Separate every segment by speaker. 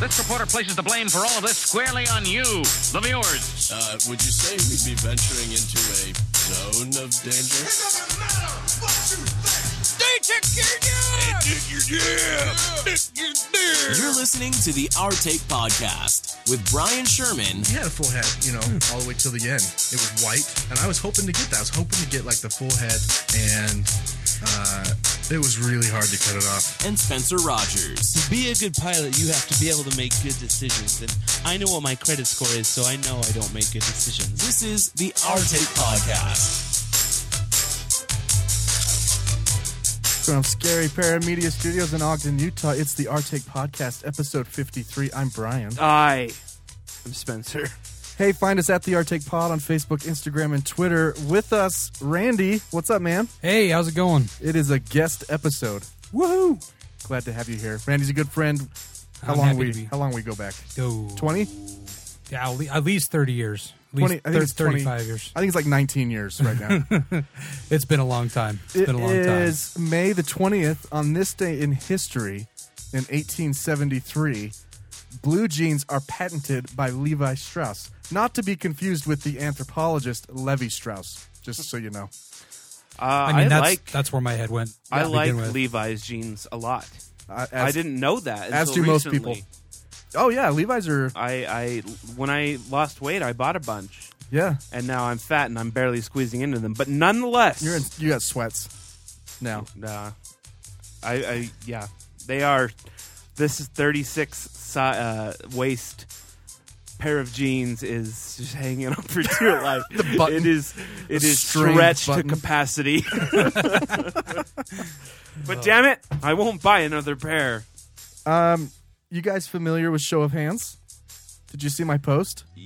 Speaker 1: This reporter places the blame for all of this squarely on you, the viewers.
Speaker 2: Uh, would you say we'd be venturing into a zone of danger?
Speaker 3: You're listening to the Our Take Podcast with Brian Sherman
Speaker 4: He had a full head, you know, all the way till the end. It was white, and I was hoping to get that. I was hoping to get like the full head, and uh, it was really hard to cut it off.
Speaker 3: and Spencer Rogers.
Speaker 5: To be a good pilot, you have to be able to make good decisions. And I know what my credit score is, so I know I don't make good decisions.
Speaker 3: This is the Our Take Podcast.
Speaker 6: From Scary Paramedia Studios in Ogden, Utah, it's the Artake Podcast, episode 53. I'm Brian.
Speaker 7: I am Spencer.
Speaker 6: Hey, find us at the Artake Pod on Facebook, Instagram, and Twitter. With us, Randy. What's up, man?
Speaker 8: Hey, how's it going?
Speaker 6: It is a guest episode.
Speaker 8: Woohoo!
Speaker 6: Glad to have you here. Randy's a good friend. How
Speaker 8: I'm
Speaker 6: long
Speaker 8: happy
Speaker 6: we
Speaker 8: to be-
Speaker 6: how long we go back?
Speaker 8: Go.
Speaker 6: 20?
Speaker 8: Yeah, at le- at least 30 years. At least
Speaker 6: 20 I think
Speaker 8: thir-
Speaker 6: it's 20
Speaker 8: 35 years.
Speaker 6: I think it's like 19 years right now.
Speaker 8: It's been a long time.
Speaker 7: Uh,
Speaker 8: It's
Speaker 6: It
Speaker 8: been a long
Speaker 6: is May the 20th on this day in history in 1873. Blue jeans are patented by Levi Strauss, not to be confused with the anthropologist Levi Strauss, just so you know.
Speaker 8: time.
Speaker 7: Uh, I,
Speaker 8: I mean, that's
Speaker 7: like
Speaker 8: that's where my head went.
Speaker 7: I
Speaker 8: to
Speaker 7: like
Speaker 8: begin with.
Speaker 7: Levi's jeans a lot.
Speaker 6: Uh, as-
Speaker 7: I didn't know that
Speaker 6: as
Speaker 7: until
Speaker 6: do most
Speaker 7: recently. Uh,
Speaker 6: people. Oh yeah, Levi's are
Speaker 7: I, I when I lost weight, I bought a bunch,
Speaker 6: yeah.
Speaker 7: and now I'm fat and I'm barely squeezing into them. But nonetheless,
Speaker 6: You're in, you got sweats now.
Speaker 7: Nah. I, I yeah, they are. This is 36 si- uh, waist pair of jeans is just hanging on for dear life.
Speaker 6: button.
Speaker 7: it is it
Speaker 6: The
Speaker 7: is
Speaker 6: string
Speaker 7: stretched
Speaker 6: button.
Speaker 7: to capacity. but damn it, I won't buy another pair.
Speaker 6: Um, you guys familiar with show of hands? Did you see my post?
Speaker 8: I,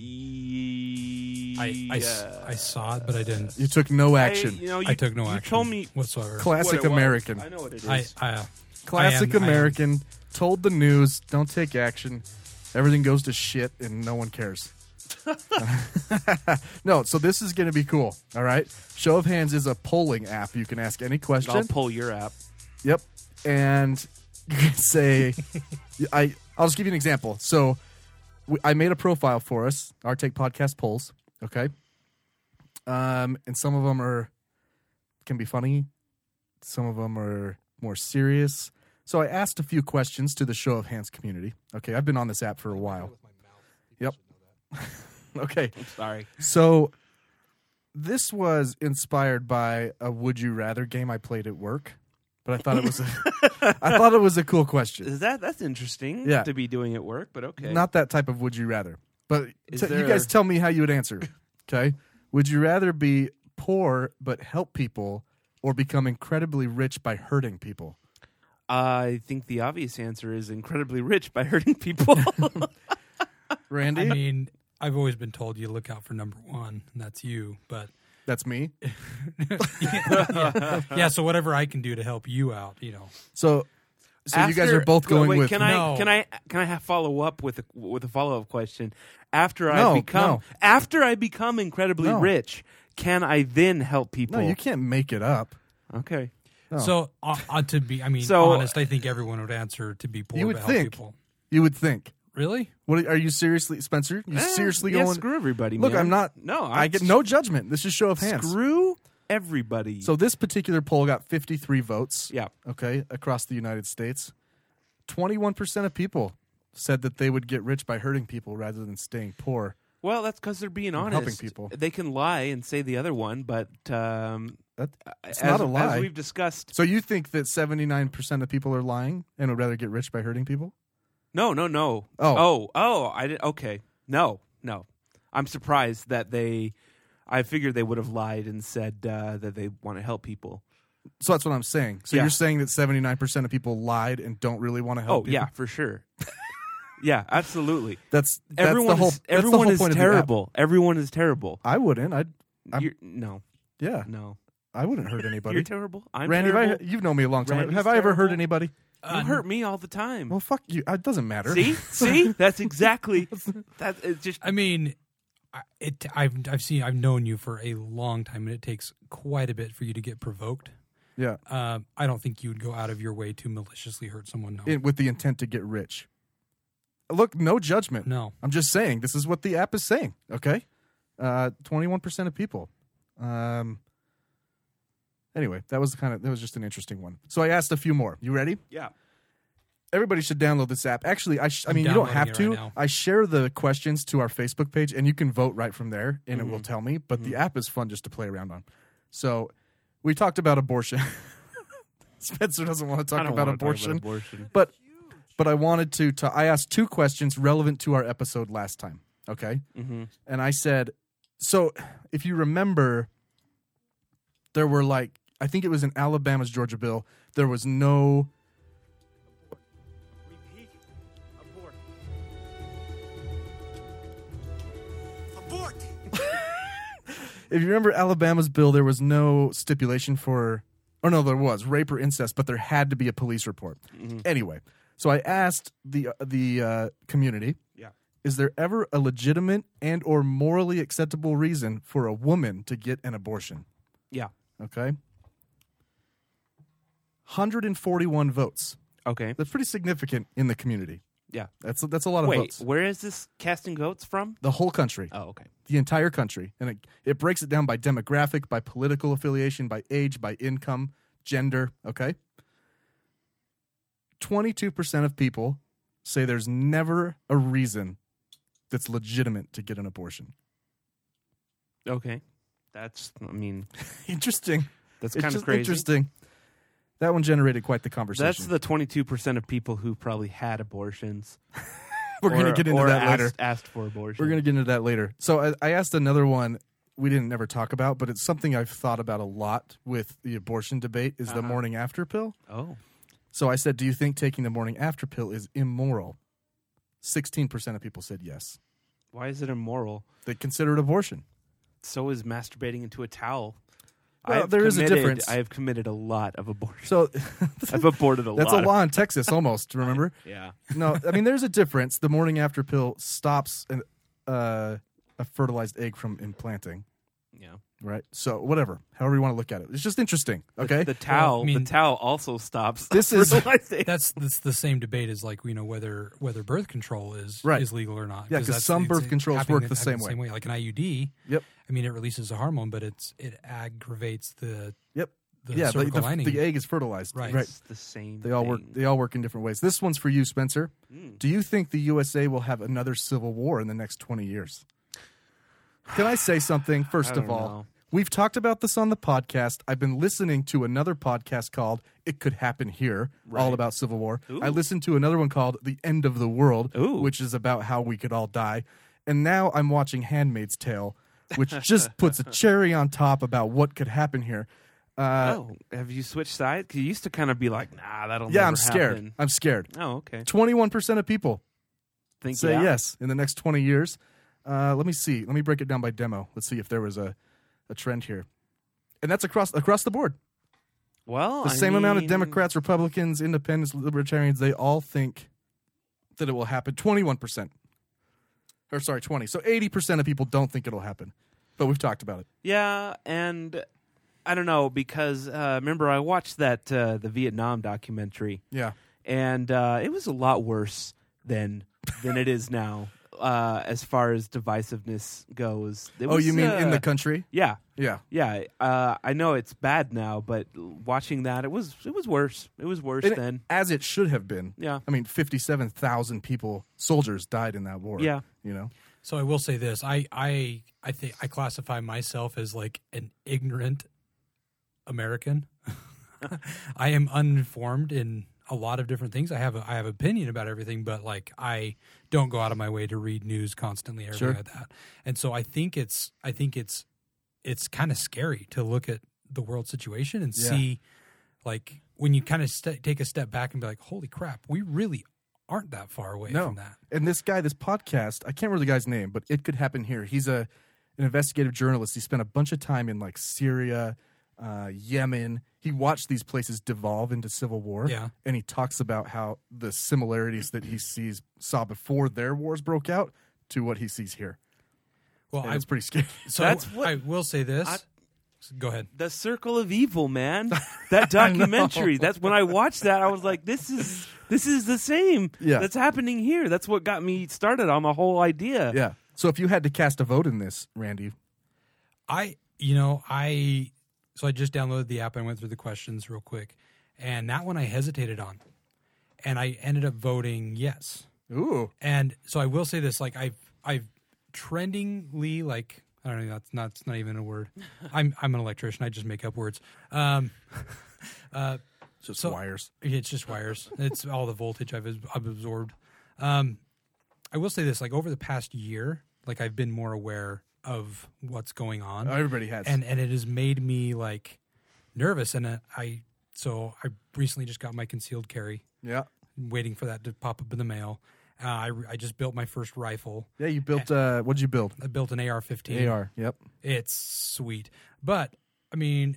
Speaker 8: I s- I saw it, but I didn't.
Speaker 6: You took no
Speaker 7: I-
Speaker 6: action.
Speaker 7: uh, you know, you,
Speaker 8: I took no
Speaker 7: you
Speaker 8: action.
Speaker 7: told me
Speaker 8: whatsoever.
Speaker 7: what
Speaker 6: Classic
Speaker 7: it was.
Speaker 6: American.
Speaker 7: I know what it is.
Speaker 8: I, I, uh,
Speaker 6: Classic
Speaker 8: I am- I am-
Speaker 6: American. Told the news, don't take action. Everything goes to shit and no one cares. no, so this is going to be cool. All right. Show of Hands is a polling app. You can ask any
Speaker 7: I'll
Speaker 6: question.
Speaker 7: pull your app.
Speaker 6: Yep. And you can say, I, I'll just give you an example. So we, I made a profile for us, our Take Podcast polls. Okay. Um, and some of them are, can be funny. Some of them are more serious. So I asked a few questions to the show of hands community. Okay. I've been on this app for a while. Yep. okay.
Speaker 7: Sorry.
Speaker 6: So this was inspired by a would you rather game I played at work, but I thought it was a, I thought it was a cool question.
Speaker 7: Is that that's interesting
Speaker 6: Yeah.
Speaker 7: to be doing at work, but okay.
Speaker 6: Not that type of would you rather. But
Speaker 7: Is
Speaker 6: t- you
Speaker 7: there-
Speaker 6: guys tell me how you would answer. Okay? Would you rather be poor but help people or become incredibly rich by hurting people?
Speaker 7: I think the obvious answer is incredibly rich by hurting people.
Speaker 6: Randy,
Speaker 8: I mean, I've always been told you look out for number one, and that's you. But
Speaker 6: that's me.
Speaker 7: Uh-huh.
Speaker 8: yeah, so whatever I can do to help you out, you know.
Speaker 6: So so you guys
Speaker 7: After-
Speaker 6: are both going
Speaker 7: wait,
Speaker 6: with
Speaker 7: Can
Speaker 8: No.
Speaker 7: I can I can I have follow up with a, with a follow up question? After
Speaker 6: No,
Speaker 7: I become
Speaker 6: no.
Speaker 7: after I become incredibly
Speaker 6: No.
Speaker 7: rich, can I then help people?
Speaker 6: No, you can't make it up.
Speaker 7: Okay.
Speaker 6: Oh.
Speaker 8: So uh, uh, to be, I mean,
Speaker 7: So-
Speaker 8: honest, I think everyone would answer to be poor.
Speaker 6: You would
Speaker 8: to help
Speaker 6: think.
Speaker 8: people.
Speaker 6: You would think.
Speaker 8: Really?
Speaker 6: What are you seriously, Spencer? You seriously
Speaker 7: Eh, yeah,
Speaker 6: going?
Speaker 7: screw everybody,
Speaker 6: Look,
Speaker 7: man.
Speaker 6: I'm not.
Speaker 7: No,
Speaker 6: I
Speaker 7: I'm
Speaker 6: get
Speaker 7: s-
Speaker 6: no judgment. This is show of hands.
Speaker 7: Screw everybody.
Speaker 6: So this particular poll got 53 votes.
Speaker 7: Yeah.
Speaker 6: Okay, across the United States, 21 percent of people said that they would get rich by hurting people rather than staying poor.
Speaker 7: well, that's because they're being honest.
Speaker 6: helping people.
Speaker 7: They can lie and say the other one, but um,
Speaker 6: That, it's
Speaker 7: as,
Speaker 6: not a lie.
Speaker 7: As we've discussed,
Speaker 6: so you think that 79 percent of people are lying and would rather get rich by hurting people?
Speaker 7: no, no, no.
Speaker 6: Oh.
Speaker 7: oh, oh, I did, okay. No, no. I'm surprised that they. I figured they would have lied and said uh, that they want to help people.
Speaker 6: So that's what I'm saying. So
Speaker 7: Yeah.
Speaker 6: you're saying that 79 percent of people lied and don't really want to help.
Speaker 7: oh
Speaker 6: people?
Speaker 7: yeah, for sure. yeah, absolutely.
Speaker 6: That's, that's
Speaker 7: Everyone
Speaker 6: the whole.
Speaker 7: is,
Speaker 6: that's the
Speaker 7: everyone
Speaker 6: whole
Speaker 7: is
Speaker 6: point of the app.
Speaker 7: terrible. Everyone is terrible.
Speaker 6: I wouldn't. I'd. I'm-
Speaker 7: You're, no,
Speaker 6: Yeah.
Speaker 7: no.
Speaker 6: I wouldn't hurt anybody.
Speaker 7: You're terrible. I'm
Speaker 6: Randy, have I- um,
Speaker 7: terrible.
Speaker 6: you've known me a long time.
Speaker 7: Randy's
Speaker 6: have I ever hurt
Speaker 7: terrible.
Speaker 6: anybody?
Speaker 7: you hurt me all the time.
Speaker 6: Well, fuck you. It doesn't matter.
Speaker 7: See, see, that's exactly that. It's just
Speaker 8: I mean, I- it. I've I've seen I've known you for a long time, and it takes quite a bit for you to get provoked.
Speaker 6: Yeah.
Speaker 8: Uh, I don't think you would go out of your way to maliciously hurt someone. No.
Speaker 6: In- with the intent to get rich. Look, no judgment.
Speaker 8: No.
Speaker 6: I'm just saying this is what the app is saying. Okay, uh, 21% of people. Um. Anyway, that was kind of that was just an interesting one. So I asked a few more. You ready?
Speaker 7: Yeah.
Speaker 6: Everybody should download this app. Actually, I sh- I
Speaker 8: I'm
Speaker 6: mean you don't
Speaker 8: downloading
Speaker 6: have
Speaker 8: it
Speaker 6: to.
Speaker 8: right now.
Speaker 6: I share the questions to our Facebook page, and you can vote right from there, and it will tell me. But the app is fun just to play around on. So we talked about abortion. Spencer doesn't want to
Speaker 7: I
Speaker 6: talk
Speaker 7: don't
Speaker 6: about
Speaker 7: wanna talk
Speaker 6: abortion,
Speaker 7: abortion.
Speaker 6: but but I wanted to, to. I asked two questions relevant to our episode last time. Okay,
Speaker 7: Mhm.
Speaker 6: and I said, so if you remember, there were like I think it was in Alabama's Georgia bill. There was no if you remember Alabama's bill, there was no stipulation for, or no, there was rape or incest, but there had to be a police report.
Speaker 7: Mm-hmm.
Speaker 6: Anyway, so I asked the the uh, community,
Speaker 7: Yeah.
Speaker 6: is there ever a legitimate and or morally acceptable reason for a woman to get an abortion?
Speaker 7: Yeah.
Speaker 6: Okay. 141 votes.
Speaker 7: Okay.
Speaker 6: That's pretty significant in the community.
Speaker 7: Yeah.
Speaker 6: That's that's a lot of
Speaker 7: Wait,
Speaker 6: votes.
Speaker 7: where is this casting votes from?
Speaker 6: The whole country
Speaker 7: Oh, okay.
Speaker 6: the entire country. And it, it breaks it down by demographic, by political affiliation, by age, by income, gender. Okay. 22% of people say there's never a reason that's legitimate to get an abortion.
Speaker 7: Okay. That's, I mean,
Speaker 6: Interesting.
Speaker 7: that's
Speaker 6: It's
Speaker 7: kind of
Speaker 6: just
Speaker 7: crazy.
Speaker 6: Interesting. That one generated quite the conversation.
Speaker 7: That's the 22% of people who probably had abortions.
Speaker 6: We're going to
Speaker 7: or-
Speaker 6: get into
Speaker 7: or
Speaker 6: that
Speaker 7: asked,
Speaker 6: later.
Speaker 7: Asked for abortion.
Speaker 6: We're going to get into that later. So I, I asked another one we didn't ever talk about, but it's something I've thought about a lot with the abortion debate is the
Speaker 7: Uh-huh.
Speaker 6: morning after pill.
Speaker 7: Oh.
Speaker 6: So I said, Do you think taking the morning after pill is immoral? 16% of people said yes.
Speaker 7: Why is it immoral?
Speaker 6: They consider it abortion.
Speaker 7: So is masturbating into a towel.
Speaker 6: Well,
Speaker 7: I've
Speaker 6: there is a
Speaker 7: committed-
Speaker 6: difference.
Speaker 7: I have committed a lot of abortions.
Speaker 6: So
Speaker 7: I've aborted a
Speaker 6: that's a
Speaker 7: lot.
Speaker 6: law in Texas almost, remember?
Speaker 7: Yeah.
Speaker 6: No, I mean, there's a difference. The morning after pill stops an, uh, a fertilized egg from implanting,
Speaker 7: Yeah.
Speaker 6: right? So, whatever, however you want to look at it. It's just interesting, okay?
Speaker 7: The towel,
Speaker 8: I mean-
Speaker 7: the towel also stops.
Speaker 6: This is-
Speaker 7: fertilization.
Speaker 8: That's, that's the same debate as like you know whether whether birth control is
Speaker 6: Right.
Speaker 8: is legal or not.
Speaker 6: Yeah, 'cause
Speaker 8: that's-
Speaker 6: some
Speaker 8: it's-
Speaker 6: birth
Speaker 8: it
Speaker 6: controls
Speaker 8: happening-
Speaker 6: work the
Speaker 8: it happening
Speaker 6: same way.
Speaker 8: Like an IUD.
Speaker 6: Yep.
Speaker 8: I mean, it releases a hormone, but it's it aggravates the
Speaker 6: yep.
Speaker 8: the
Speaker 6: yeah, the,
Speaker 8: cervical
Speaker 6: the,
Speaker 8: lining.
Speaker 6: the egg is fertilized.
Speaker 8: Right.
Speaker 6: right.
Speaker 7: It's the same.
Speaker 6: They all work.
Speaker 7: thing.
Speaker 6: They all work in different ways. This one's for you, Spencer.
Speaker 7: Hmm.
Speaker 6: Do you think the USA will have another civil war in the next twenty years? Can I say something first
Speaker 7: I
Speaker 6: of
Speaker 7: don't
Speaker 6: all?
Speaker 7: know.
Speaker 6: We've talked about this on the podcast. I've been listening to another podcast called "It Could Happen Here," all about civil war. I listened to another one called "The End of the World,"
Speaker 7: Ooh.
Speaker 6: which is about how we could all die. And now I'm watching *Handmaid's Tale*, which just puts a cherry on top about what could happen here. Uh,
Speaker 7: oh, have you switched sides? 'Cause you used to kind of be like, nah, that'll
Speaker 6: yeah,
Speaker 7: never
Speaker 6: I'm scared.
Speaker 7: happen.
Speaker 6: I'm scared.
Speaker 7: Oh, okay.
Speaker 6: 21% of people
Speaker 7: Think
Speaker 6: say
Speaker 7: yeah.
Speaker 6: yes in the next 20 years. Uh, let me see. Let me break it down by demo. Let's see if there was a, a trend here. And that's across across the board.
Speaker 7: Well,
Speaker 6: The
Speaker 7: I
Speaker 6: same amount of
Speaker 7: mean,
Speaker 6: Democrats, Republicans, Independents, Libertarians, they all think that it will happen. 21%. Or sorry, 20. So 80% of people don't think it'll happen. But we've talked about it.
Speaker 7: Yeah, and I don't know because uh, remember I watched that uh, the Vietnam documentary,
Speaker 6: Yeah.
Speaker 7: and uh, it was a lot worse than than it is now uh, as far as divisiveness goes. It
Speaker 6: oh,
Speaker 7: was,
Speaker 6: you mean in the
Speaker 7: uh,
Speaker 6: country?
Speaker 7: yeah.
Speaker 6: Yeah.
Speaker 7: Yeah, uh, I know it's bad now, but watching that, it was it was worse. It was worse
Speaker 6: And it-
Speaker 7: then.
Speaker 6: as it should have been.
Speaker 7: Yeah.
Speaker 6: I mean, 57,000 people, soldiers died in that war.
Speaker 7: Yeah.
Speaker 6: You know?
Speaker 8: So I will say this: I I I think I classify myself as like an ignorant American. I am uninformed in a lot of different things. I have a, I have opinion about everything, but like I don't go out of my way to read news constantly, everything
Speaker 6: Sure.
Speaker 8: like that. And so I think it's I think it's it's kind of scary to look at the world situation and
Speaker 6: Yeah.
Speaker 8: see like when you kind of st- take a step back and be like, holy crap, we really aren't that far away from that.
Speaker 6: And this guy, this podcast, I can't remember the guy's name, but it could happen here. He's a an investigative journalist. He spent a bunch of time in like Syria, uh, Yemen. He watched these places devolve into civil war.
Speaker 8: Yeah.
Speaker 6: And he talks about how the similarities that he sees saw before their wars broke out to what he sees here.
Speaker 8: Well,
Speaker 6: And
Speaker 8: I
Speaker 6: it's pretty scary.
Speaker 8: So
Speaker 7: That's
Speaker 8: I,
Speaker 7: what-
Speaker 8: I will say this. Go ahead.
Speaker 7: The Circle of Evil, man. That documentary. that's when I watched that. I was like, this is this is the same.
Speaker 6: Yeah.
Speaker 7: that's happening here. That's what got me started on the whole idea.
Speaker 6: Yeah. So if you had to cast a vote in this, Randy,
Speaker 8: I, you know, I, so I just downloaded the app and went through the questions real quick. And that one I hesitated on. And I ended up voting yes.
Speaker 6: ooh,
Speaker 8: And so I will say this, like I've I've trendingly like I don't know, that's not it's not even a word. I'm I'm an electrician, I just make up words. Um uh
Speaker 6: just
Speaker 8: So-
Speaker 6: wires.
Speaker 8: it's just wires. It's all the voltage I've, I've absorbed. Um, I will say this: like over the past year, like I've been more aware of what's going on,
Speaker 6: Everybody has.
Speaker 8: and and it has made me like nervous. And uh, I so I recently just got my concealed carry,
Speaker 6: yeah.
Speaker 8: waiting for that to pop up in the mail. Uh, I I just built my first rifle.
Speaker 6: Yeah. You built. Uh, what'd you build?
Speaker 8: I built an AR-15.
Speaker 6: AR. Yep.
Speaker 8: It's sweet, but I mean,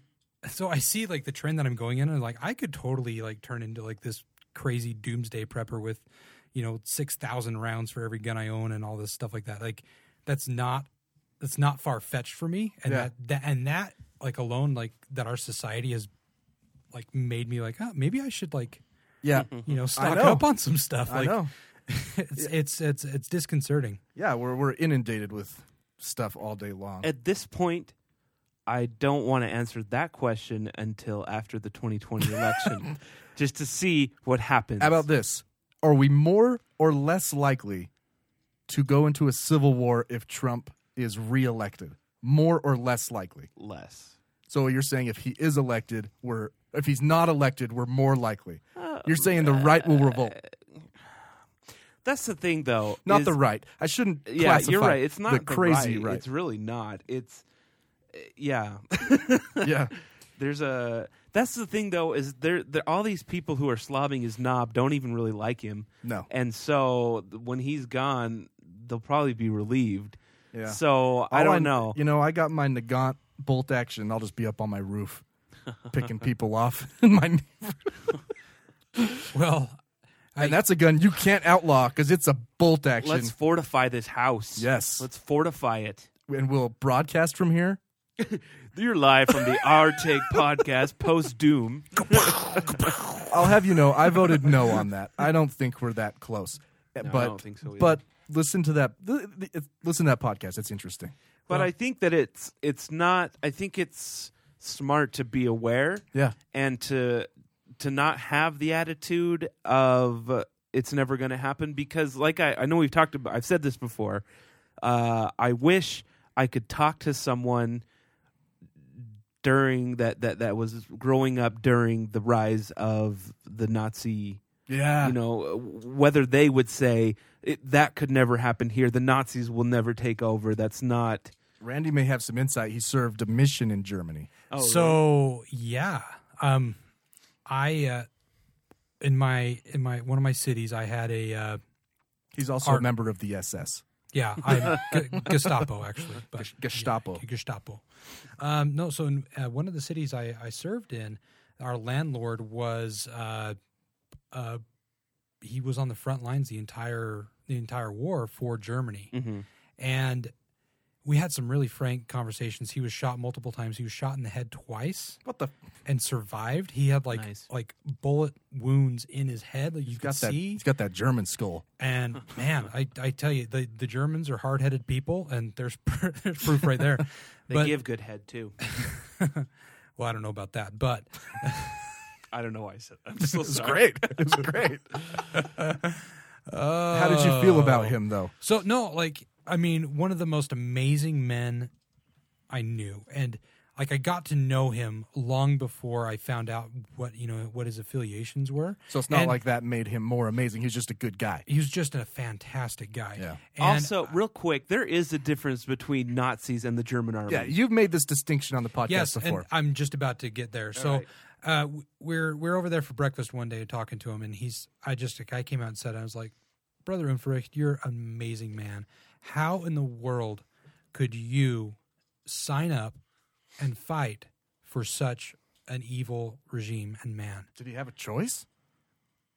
Speaker 8: so I see like the trend that I'm going in, and like I could totally like turn into like this crazy doomsday prepper with, you know, six thousand rounds for every gun I own and all this stuff like that. Like that's not that's not far fetched for me, and
Speaker 6: Yeah.
Speaker 8: that, that and that like alone like that our society has like made me like oh, maybe I should like
Speaker 6: Yeah.
Speaker 8: you know stock
Speaker 6: know.
Speaker 8: up on some stuff.
Speaker 6: I
Speaker 8: Like
Speaker 6: know.
Speaker 8: it's it's it's it's disconcerting.
Speaker 6: Yeah. We're we're inundated with stuff all day long.
Speaker 7: At this point, I don't want to answer that question until after the 2020 election, just to see what happens.
Speaker 6: How about this? Are we more or less likely to go into a civil war if Trump is reelected? More or less likely.
Speaker 7: less?
Speaker 6: So you're saying if he is elected, we're if he's not elected, we're more likely.
Speaker 7: Uh,
Speaker 6: You're saying the right will revolt,
Speaker 7: That's the thing, though.
Speaker 6: not
Speaker 7: is-
Speaker 6: the right. I shouldn't.
Speaker 7: Yeah, you're
Speaker 6: classify
Speaker 7: right. It's not
Speaker 6: the crazy
Speaker 7: right. It's really not. It's uh, yeah.
Speaker 6: yeah,
Speaker 7: There's a. That's the thing, though, is there, there all these people who are slobbing his knob don't even really like him,
Speaker 6: no,
Speaker 7: and so th- when he's gone, they'll probably be relieved.
Speaker 6: yeah.
Speaker 7: So I
Speaker 6: All
Speaker 7: don't know.
Speaker 6: You know, I got my Nagant bolt action. I'll just be up on my roof, picking people off. in my,
Speaker 8: Well,
Speaker 6: and that's a gun you can't outlaw because it's a bolt action.
Speaker 7: Let's fortify this house.
Speaker 6: Yes.
Speaker 7: Let's fortify it.
Speaker 6: and we'll broadcast from here.
Speaker 7: You're live from the Our Take podcast post Doom.
Speaker 6: I'll have you know, I voted no on that. I don't think we're that close. but
Speaker 7: don't think so either.
Speaker 6: but listen to that. th- th- it's- Listen to that podcast. It's interesting.
Speaker 7: But I think that it's it's not. I think it's smart to be aware.
Speaker 6: Yeah.
Speaker 7: and to to not have the attitude of uh, it's never going to happen because like I, I know we've talked about i've said this before uh, i wish i could talk to someone during that, that that was growing up during the rise of the nazi
Speaker 6: Yeah.
Speaker 7: you know whether they would say it, that could never happen here the nazis will never take over that's not
Speaker 6: Randy may have some insight. He served a mission in Germany.
Speaker 7: oh
Speaker 8: so yeah um i uh in my in my one of my cities i had a uh
Speaker 6: He's also
Speaker 8: Art-
Speaker 6: a member of the SS.
Speaker 8: yeah i G- gestapo actually but
Speaker 6: Ges- Gestapo.
Speaker 8: yeah, gestapo um no so in uh, one of the cities i i served in our landlord was uh uh he was on the front lines the entire the entire war for germany
Speaker 7: Mhm.
Speaker 8: and we had some really frank conversations he was shot multiple times he was shot in the head twice
Speaker 6: What the?
Speaker 8: and survived. He had like
Speaker 7: Nice.
Speaker 8: like bullet wounds in his head that you could
Speaker 6: Got that?
Speaker 8: see.
Speaker 6: He's got that German skull.
Speaker 8: And man, I, I tell you, the, the Germans are hard headed people, and there's, pr- there's proof right there.
Speaker 7: they
Speaker 8: but,
Speaker 7: give good head too
Speaker 8: well, I don't know about that, but
Speaker 7: i don't know why i said that i'm so
Speaker 6: It was
Speaker 7: sorry
Speaker 6: great. It was great. How did you feel about him, though?
Speaker 8: uh, So no, like I mean, one of the most amazing men I knew, and like I got to know him long before I found out what you know what his affiliations were.
Speaker 6: So it's not
Speaker 8: And
Speaker 6: like that made him more amazing. He's just a good guy.
Speaker 8: he was just a fantastic guy.
Speaker 6: Yeah.
Speaker 8: And
Speaker 7: also, real quick, there is a difference between Nazis and the German army.
Speaker 6: Yeah, you've made this distinction on the podcast
Speaker 8: yes,
Speaker 6: before.
Speaker 8: and I'm just about to get there. so uh, w- we're we're over there for breakfast one day talking to him, and he's I just a guy came out and said I was like, brother Unfricht, you're an amazing man. How in the world could you sign up and fight for such an evil regime and man?
Speaker 6: did he have a choice?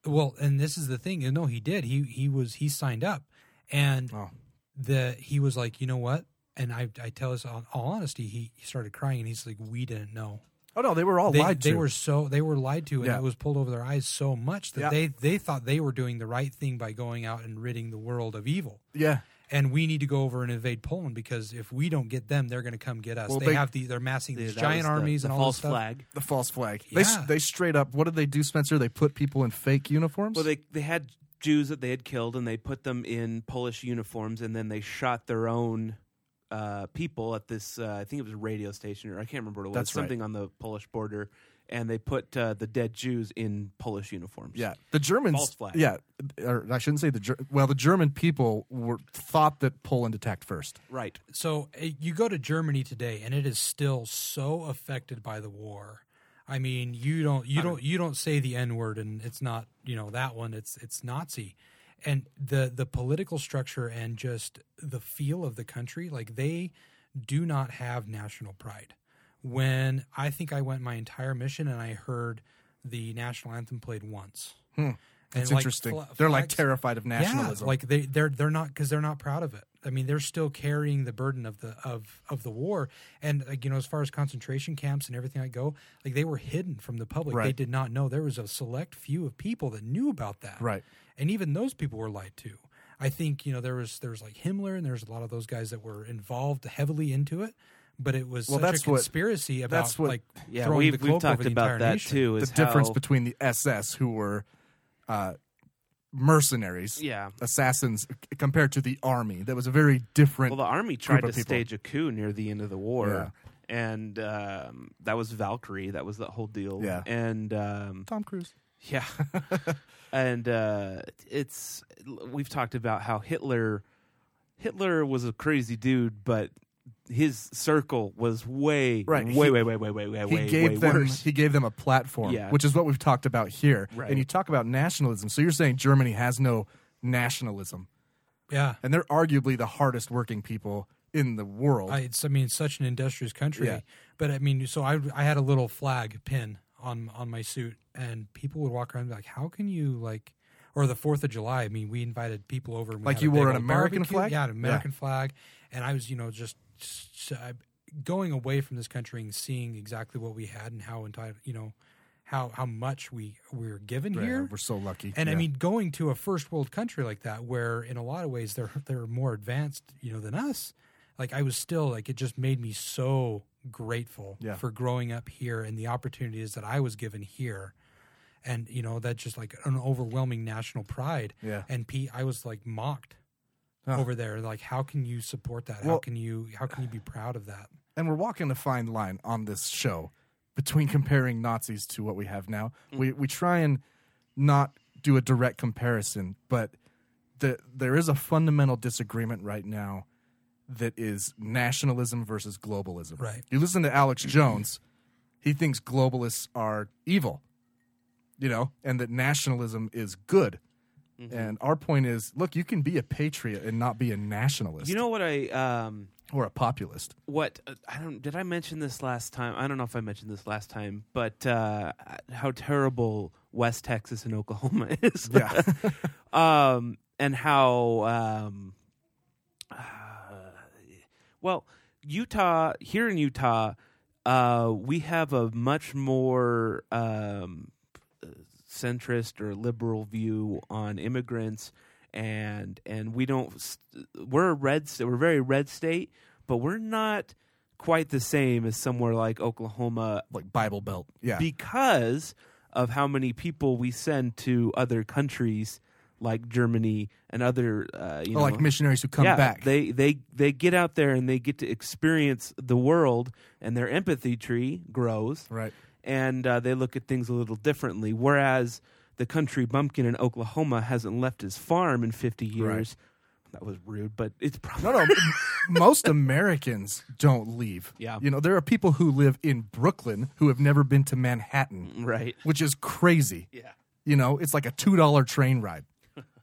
Speaker 8: Well, and this is the thing. No, he did. He he was he signed up, and
Speaker 6: Oh.
Speaker 8: the he was like, you know what? and I, I tell us on all honesty, he, he started crying and he's like, we didn't know.
Speaker 6: Oh no, they were all
Speaker 8: They,
Speaker 6: lied
Speaker 8: they
Speaker 6: to.
Speaker 8: were so they were lied to, and
Speaker 6: Yeah.
Speaker 8: it was pulled over their eyes so much that
Speaker 6: Yeah.
Speaker 8: they they thought they were doing the right thing by going out and ridding the world of evil.
Speaker 6: yeah,
Speaker 8: And we need to go over and invade Poland because if we don't get them, they're going to come get us.
Speaker 6: Well,
Speaker 8: they,
Speaker 6: they-
Speaker 8: have the, they're massing
Speaker 7: Yeah,
Speaker 8: these
Speaker 7: that was
Speaker 8: giant
Speaker 7: the-
Speaker 8: armies
Speaker 7: the
Speaker 8: and all
Speaker 7: false
Speaker 8: this stuff.
Speaker 7: flag.
Speaker 6: the false flag. They s-
Speaker 8: Yeah.
Speaker 6: they straight up. What did they do, Spencer? They put people in fake uniforms.
Speaker 7: Well, they they had Jews that they had killed, and they put them in Polish uniforms, and then they shot their own uh, people at this. Uh, I think it was a radio station, or I can't remember what it was.
Speaker 6: That's right.
Speaker 7: something on the Polish border, and they put uh, the dead Jews in Polish uniforms.
Speaker 6: Yeah, the Germans.
Speaker 7: False flag.
Speaker 6: Yeah, or I shouldn't say the. Ger- Well, the German people were thought that Poland attacked first.
Speaker 7: right.
Speaker 8: so uh, you go to Germany today, and it is still so affected by the war. I mean, you don't you don't you don't say the N word, and it's not you know that one. It's it's Nazi, and the the political structure and just the feel of the country. Like they do not have national pride. When I think I went my entire mission, and I heard the national anthem played once. And
Speaker 6: It's
Speaker 8: like
Speaker 6: Hmm. interesting.
Speaker 8: fla-
Speaker 6: They're like
Speaker 8: flags-
Speaker 6: terrified of nationalism.
Speaker 8: yeah, like they they're they're not because they're not proud of it. I mean, they're still carrying the burden of the of of the war, and like, you know, as far as concentration camps and everything like go, like they were hidden from the public. They
Speaker 6: Right.
Speaker 8: did not know. There was a select few of people that knew about that,
Speaker 6: Right.
Speaker 8: And even those people were lied to. I think you know there was there was like Himmler and there's a lot of those guys that were involved heavily into it, but it was
Speaker 6: Well,
Speaker 8: such
Speaker 6: that's
Speaker 8: a
Speaker 6: what-
Speaker 8: conspiracy about
Speaker 6: that's what-
Speaker 8: like
Speaker 7: Yeah,
Speaker 8: throwing the
Speaker 7: we've,
Speaker 8: cloak
Speaker 7: we've talked
Speaker 8: over the entire
Speaker 7: about that
Speaker 8: nation.
Speaker 7: too.
Speaker 6: the
Speaker 7: Is
Speaker 6: difference
Speaker 7: how-
Speaker 6: between the SS, who were uh, mercenaries,
Speaker 7: Yeah.
Speaker 6: assassins, c- compared to the army. That was a very different.
Speaker 7: Well, the army tried
Speaker 6: of
Speaker 7: to
Speaker 6: people.
Speaker 7: stage a coup near the end of the war, and um, that was Valkyrie. That was the whole deal.
Speaker 6: Yeah.
Speaker 7: and um,
Speaker 6: Tom Cruise.
Speaker 7: Yeah. and uh, it's we've talked about how Hitler Hitler was a crazy dude, but his circle was way
Speaker 6: Right.
Speaker 7: way,
Speaker 6: He-
Speaker 7: way way way way way
Speaker 6: He
Speaker 7: way
Speaker 6: gave
Speaker 7: way
Speaker 6: them
Speaker 7: worse.
Speaker 6: he gave them a platform,
Speaker 7: Yeah.
Speaker 6: which is what we've talked about here.
Speaker 7: Right.
Speaker 6: And you talk about nationalism. So you're saying Germany has no nationalism,
Speaker 8: yeah.
Speaker 6: and they're arguably the hardest working people in the world.
Speaker 8: I, it's, I mean, it's such an industrious country.
Speaker 6: Yeah.
Speaker 8: But I mean, so I, I had a little flag pin on on my suit, and people would walk around and be like, "How can you like?" Or the Fourth of July. I mean, we invited people over. And we
Speaker 6: Like
Speaker 8: had
Speaker 6: you
Speaker 8: a
Speaker 6: wore
Speaker 8: big
Speaker 6: an
Speaker 8: old
Speaker 6: American
Speaker 8: barbecue.
Speaker 6: flag?
Speaker 8: yeah, an American flag, and I was, you know, just, just uh, going away from this country and seeing exactly what we had and how entitled, you know, how how much we we were given
Speaker 6: Yeah,
Speaker 8: here.
Speaker 6: We're so lucky.
Speaker 8: And I
Speaker 6: Yeah.
Speaker 8: mean, going to a first world country like that, where in a lot of ways they're they're more advanced, you know, than us. Like I was still like it just made me so grateful
Speaker 6: Yeah.
Speaker 8: for growing up here and the opportunities that I was given here, and you know that just like an overwhelming national pride.
Speaker 6: Yeah.
Speaker 8: And Pete, I was like mocked
Speaker 6: Huh.
Speaker 8: over there. Like, how can you support that? how
Speaker 6: Well-
Speaker 8: can you how can you be proud of that?
Speaker 6: and we're walking a fine line on this show between comparing Nazis to what we have now.
Speaker 7: Mm.
Speaker 6: We we try and not do a direct comparison, but the, there is a fundamental disagreement right now that is nationalism versus globalism.
Speaker 8: Right.
Speaker 6: You listen to Alex Jones, he thinks globalists are evil, you know, and that nationalism is good.
Speaker 7: Mm-hmm.
Speaker 6: And our point is, look, you can be a patriot and not be a nationalist
Speaker 7: You know what I um
Speaker 6: or a populist.
Speaker 7: what uh, I don't did I mention this last time? I don't know if I mentioned this last time, but uh, how terrible West Texas and Oklahoma is.
Speaker 6: Yeah.
Speaker 7: um, and how um, uh, well Utah here in Utah, uh, we have a much more um, centrist or liberal view on immigrants, and and we don't st- we're a red st- we're a very red state, but we're not quite the same as somewhere like Oklahoma
Speaker 6: like Bible Belt. Yeah.
Speaker 7: because of how many people we send to other countries like Germany and other uh, you
Speaker 6: Oh,
Speaker 7: know
Speaker 6: like missionaries who come
Speaker 7: yeah,
Speaker 6: back.
Speaker 7: They they they get out there and they get to experience the world and their empathy tree grows
Speaker 6: right.
Speaker 7: and uh, they look at things a little differently. Whereas the country bumpkin in Oklahoma hasn't left his farm in fifty years. That was rude, but it's probably
Speaker 6: No, no. most Americans don't leave.
Speaker 7: Yeah.
Speaker 6: You know, there are people who live in Brooklyn who have never been to Manhattan,
Speaker 7: right.
Speaker 6: which is crazy.
Speaker 7: Mm-hmm. Yeah.
Speaker 6: You know, it's like a $2 train ride.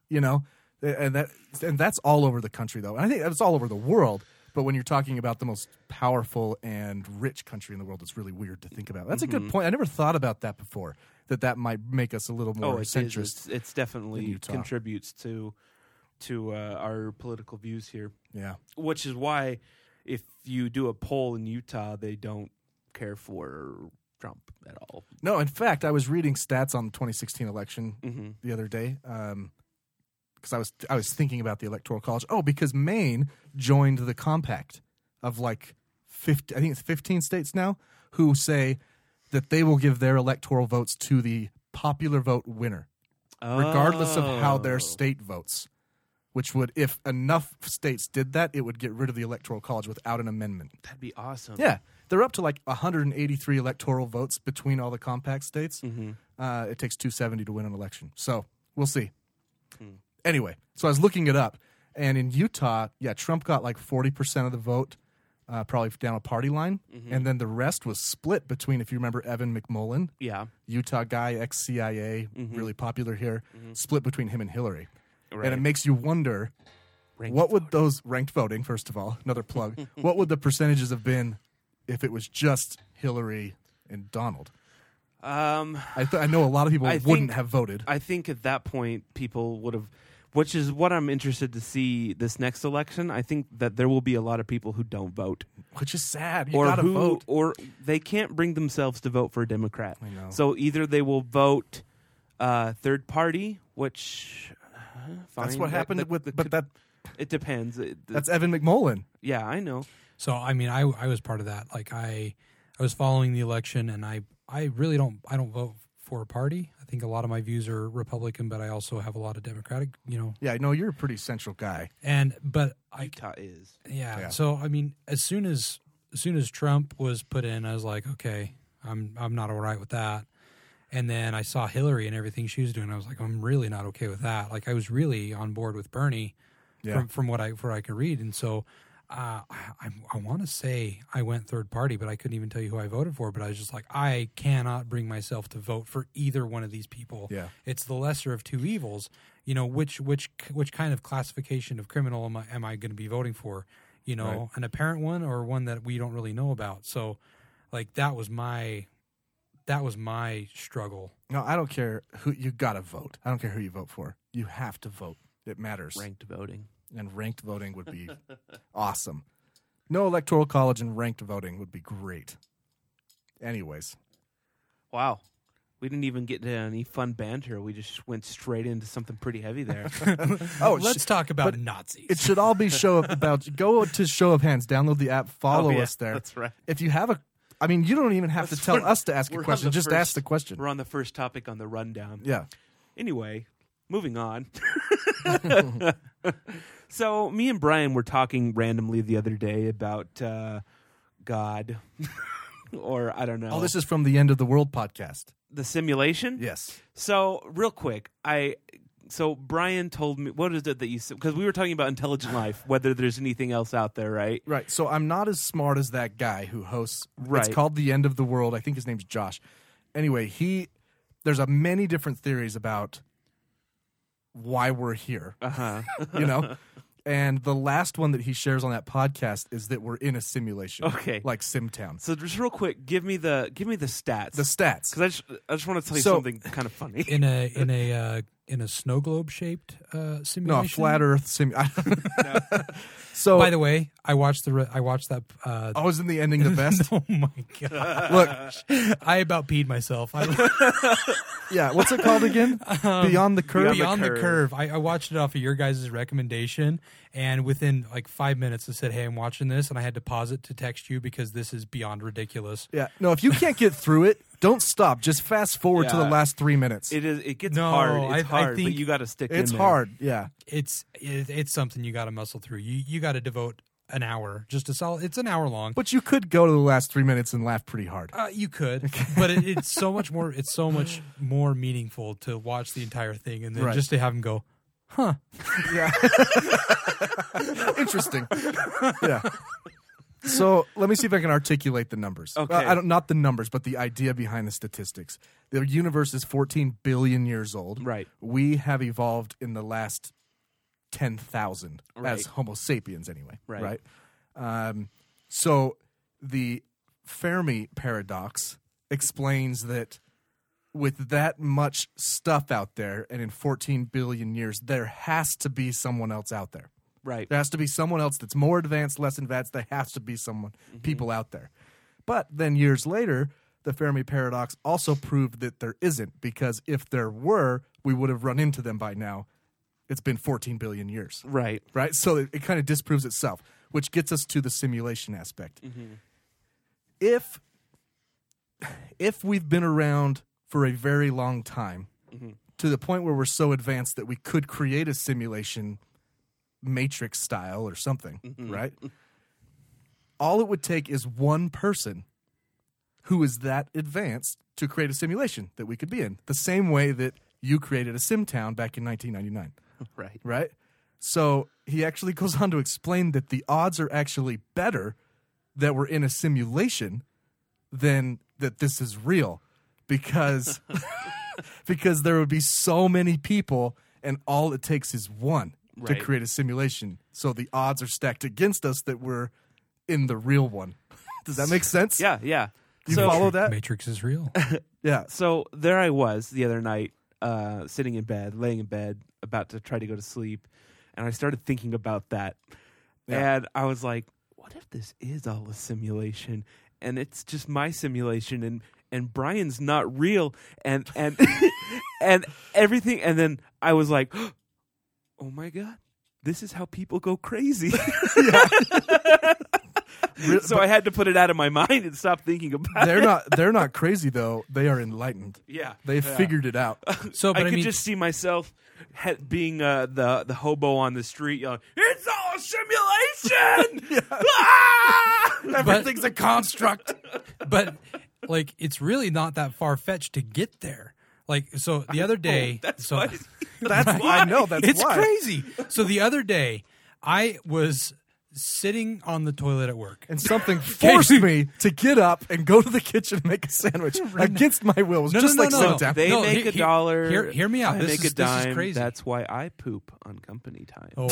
Speaker 6: You know, and that and that's all over the country though. And I think that's all over the world, but when you're talking about the most powerful and rich country in the world, it's really weird to think about. That's a
Speaker 7: Mm-hmm.
Speaker 6: good point. I never thought about that before. That that might make us a little more
Speaker 7: oh, it is.
Speaker 6: centrist.
Speaker 7: It's, it's definitely
Speaker 6: Utah.
Speaker 7: contributes to to uh, our political views here.
Speaker 6: yeah.
Speaker 7: which is why if you do a poll in Utah, they don't care for Trump at all.
Speaker 6: No, in fact, I was reading stats on the 2016 election
Speaker 7: Mm-hmm.
Speaker 6: the other day because I was I was thinking about the electoral college. Oh, because Maine joined the compact of like 50, I think it's 15 states now who say that they will give their electoral votes to the popular vote winner, regardless of how
Speaker 7: Oh.
Speaker 6: their state votes. Which would, if enough states did that, it would get rid of the electoral college without an amendment.
Speaker 7: that'd be awesome.
Speaker 6: Yeah, they're up to like 183 electoral votes between all the compact states. Uh, it takes 270 to win an election, so we'll see. Anyway, so I was looking it up, and in Utah, yeah, Trump got like 40 percent of the vote, uh, probably down a party line, and then the rest was split between, if you remember, Evan McMullen,
Speaker 7: yeah,
Speaker 6: Utah guy, ex CIA,
Speaker 7: Mm-hmm.
Speaker 6: really popular here, split between him and Hillary, and
Speaker 7: Right.
Speaker 6: it makes you wonder. what would those ranked voting, first of all, another plug, what would the percentages have been if it was just Hillary and Donald?
Speaker 7: Um,
Speaker 6: I, th- I know a lot of people
Speaker 7: I
Speaker 6: wouldn't
Speaker 7: think-
Speaker 6: have voted.
Speaker 7: I think at that point people would have, which is what I'm interested to see this next election. I think that there will be a lot of people who don't vote,
Speaker 6: which is sad. You
Speaker 7: or
Speaker 6: gotta
Speaker 7: who,
Speaker 6: vote.
Speaker 7: or they can't bring themselves to vote for a Democrat.
Speaker 6: I know.
Speaker 7: So either they will vote uh, third party, which. uh,
Speaker 6: That's
Speaker 7: fine.
Speaker 6: what
Speaker 7: That-
Speaker 6: happened
Speaker 7: that-
Speaker 6: with,
Speaker 7: that
Speaker 6: but
Speaker 7: could-
Speaker 6: that
Speaker 7: it depends. It-
Speaker 6: that's Evan McMullen.
Speaker 7: yeah, I know.
Speaker 8: So I mean, I I was part of that. Like I I was following the election, and I I really don't I don't vote for a party. I think a lot of my views are Republican, but I also have a lot of Democratic. You know,
Speaker 6: Yeah, I know you're a pretty central guy.
Speaker 8: and but I
Speaker 7: Utah is.
Speaker 8: yeah,
Speaker 6: Yeah.
Speaker 8: So I mean, as soon as as soon as Trump was put in, I was like, okay, I'm I'm not all right with that. And then I saw Hillary and everything she was doing. I was like, I'm really not okay with that. Like I was really on board with Bernie
Speaker 6: Yeah.
Speaker 8: from from what I from what I could read. And so uh, I I, I want to say I went third party, but I couldn't even tell you who I voted for. But I was just like, I cannot bring myself to vote for either one of these people.
Speaker 6: Yeah.
Speaker 8: it's the lesser of two evils. You know, which which which kind of classification of criminal am I am I going to be voting for? You know,
Speaker 6: Right.
Speaker 8: an apparent one or one that we don't really know about. So, like that was my that was my struggle.
Speaker 6: No, I don't care who you gotta vote. I don't care who you vote for. You have to vote. It matters.
Speaker 7: ranked voting.
Speaker 6: And ranked voting would be awesome. No electoral college and ranked voting would be great. Anyways,
Speaker 7: Wow. We didn't even get to any fun banter. We just went straight into something pretty heavy there.
Speaker 6: oh, it
Speaker 8: Let's talk about Nazis.
Speaker 6: It should all be show of about go to show of hands, download the app, follow
Speaker 7: Oh, yeah,
Speaker 6: us there.
Speaker 7: that's right.
Speaker 6: If you have a I mean, you don't even have to tell us to ask
Speaker 7: We're
Speaker 6: a
Speaker 7: on
Speaker 6: question,
Speaker 7: the
Speaker 6: just
Speaker 7: first-
Speaker 6: ask the question.
Speaker 7: We're on the first topic on the rundown.
Speaker 6: Yeah.
Speaker 7: Anyway, moving on. so, me and Brian were talking randomly the other day about uh, God, or I don't know.
Speaker 6: Oh, this is from the End of the World podcast.
Speaker 7: the simulation.
Speaker 6: Yes.
Speaker 7: So, real quick, I so Brian told me what is it that you because we were talking about intelligent life, whether there's anything else out there, right?
Speaker 6: Right. So I'm not as smart as that guy who hosts. It's
Speaker 7: Right.
Speaker 6: called The End of the World. I think his name's Josh. Anyway, he there's a many different theories about why we're here.
Speaker 7: Uh-huh.
Speaker 6: you know? And the last one that he shares on that podcast is that we're in a simulation.
Speaker 7: Okay.
Speaker 6: Like Simtown.
Speaker 7: So just real quick, give me the give me the stats.
Speaker 6: The stats.
Speaker 7: because I just I just want to tell you
Speaker 6: So-
Speaker 7: something kind of funny.
Speaker 8: in a in a uh, in a snow globe shaped uh,
Speaker 6: No,
Speaker 8: simulation.
Speaker 6: a flat Earth sim. so
Speaker 8: By the way, I watched the re- I watched that. Uh,
Speaker 6: I was in the ending the best.
Speaker 8: oh my god!
Speaker 6: Look,
Speaker 8: I about peed myself. I,
Speaker 6: yeah. What's it called again? Beyond the curve.
Speaker 8: beyond the curve. I, I watched it off of your guys' recommendation, and within like five minutes, I said, "Hey, I'm watching this," and I had to pause it to text you because this is beyond ridiculous.
Speaker 6: Yeah. No, if you can't get through it, don't stop. Just fast forward to the
Speaker 7: Yeah.
Speaker 6: last three minutes.
Speaker 7: It is. It gets
Speaker 8: No,
Speaker 7: hard. It's
Speaker 8: I- I
Speaker 7: hard, but
Speaker 8: think-
Speaker 7: you got to stick.
Speaker 6: it's
Speaker 7: in there.
Speaker 6: hard. Yeah.
Speaker 8: It's it, it's something you got to muscle through. You you got to devote an hour just a solid. It's an hour long.
Speaker 6: But you could go to the last three minutes and laugh pretty hard.
Speaker 8: Uh, you could, but it, it's so much more. It's so much more meaningful to watch the entire thing and then
Speaker 6: Right.
Speaker 8: just to have him go.
Speaker 6: Yeah. Interesting. Yeah. So let me see if I can articulate the numbers.
Speaker 7: Okay.
Speaker 6: Well, I don't, not the numbers, but the idea behind the statistics. The universe is 14 billion years old.
Speaker 7: Right.
Speaker 6: We have evolved in the last 10,000
Speaker 7: Right.
Speaker 6: as Homo sapiens, anyway.
Speaker 7: Right.
Speaker 6: Right. Um, so the Fermi paradox explains that with that much stuff out there and in 14 billion years, there has to be someone else out there.
Speaker 7: Right.
Speaker 6: There has to be someone else that's more advanced, less advanced. There has to be someone, people out there. But then years later, the Fermi paradox also proved that there isn't, because if there were, we would have run into them by now. It's been 14 billion years
Speaker 7: Right.
Speaker 6: right? So it, it kind of disproves itself, which gets us to the simulation aspect. If if we've been around for a very long time, to the point where we're so advanced that we could create a simulation matrix style or something, right? All it would take is one person who is that advanced to create a simulation that we could be in, the same way that you created a SimTown back in 1999
Speaker 7: Right.
Speaker 6: right? So he actually goes on to explain that the odds are actually better that we're in a simulation than that this is real because because there would be so many people and all it takes is one
Speaker 7: Right.
Speaker 6: to create a simulation. So the odds are stacked against us that we're in the real one. Does that make sense?
Speaker 7: Yeah. Yeah.
Speaker 6: You
Speaker 7: so,
Speaker 6: follow that?
Speaker 8: Matrix is real.
Speaker 6: Yeah.
Speaker 7: so there I was the other night, uh, sitting in bed, laying in bed, about to try to go to sleep, and I started thinking about that, and I was like, "What if this is all a simulation, and it's just my simulation, and and Brian's not real, and and and everything?" And then I was like, "Oh my god." This is how people go crazy. so I had to put it out of my mind and stop thinking about
Speaker 6: They're
Speaker 7: it.
Speaker 6: not they're not crazy though. They are enlightened.
Speaker 7: yeah.
Speaker 6: They figured it out.
Speaker 8: So,
Speaker 7: I
Speaker 8: but I,
Speaker 7: could
Speaker 8: mean,
Speaker 7: just see myself he- being uh, the the hobo on the street yelling, "It's all a simulation!" Ah!
Speaker 6: Everything's a construct.
Speaker 8: but like it's really not that far fetched to get there. Like so, the other day, so
Speaker 6: That's why I know that's
Speaker 8: it's
Speaker 6: why.
Speaker 8: crazy. So the other day, I was sitting on the toilet at work.
Speaker 6: and something forced me to get up and go to the kitchen and make a sandwich against my will. It was just like sitting down.
Speaker 7: They
Speaker 8: No,
Speaker 7: make
Speaker 8: he-
Speaker 7: a
Speaker 8: he-
Speaker 7: dollar.
Speaker 8: hear- hear me out.
Speaker 7: I
Speaker 8: This
Speaker 7: make
Speaker 8: is- this
Speaker 7: a dime.
Speaker 8: is crazy.
Speaker 7: That's why I poop on company time.
Speaker 8: Oh,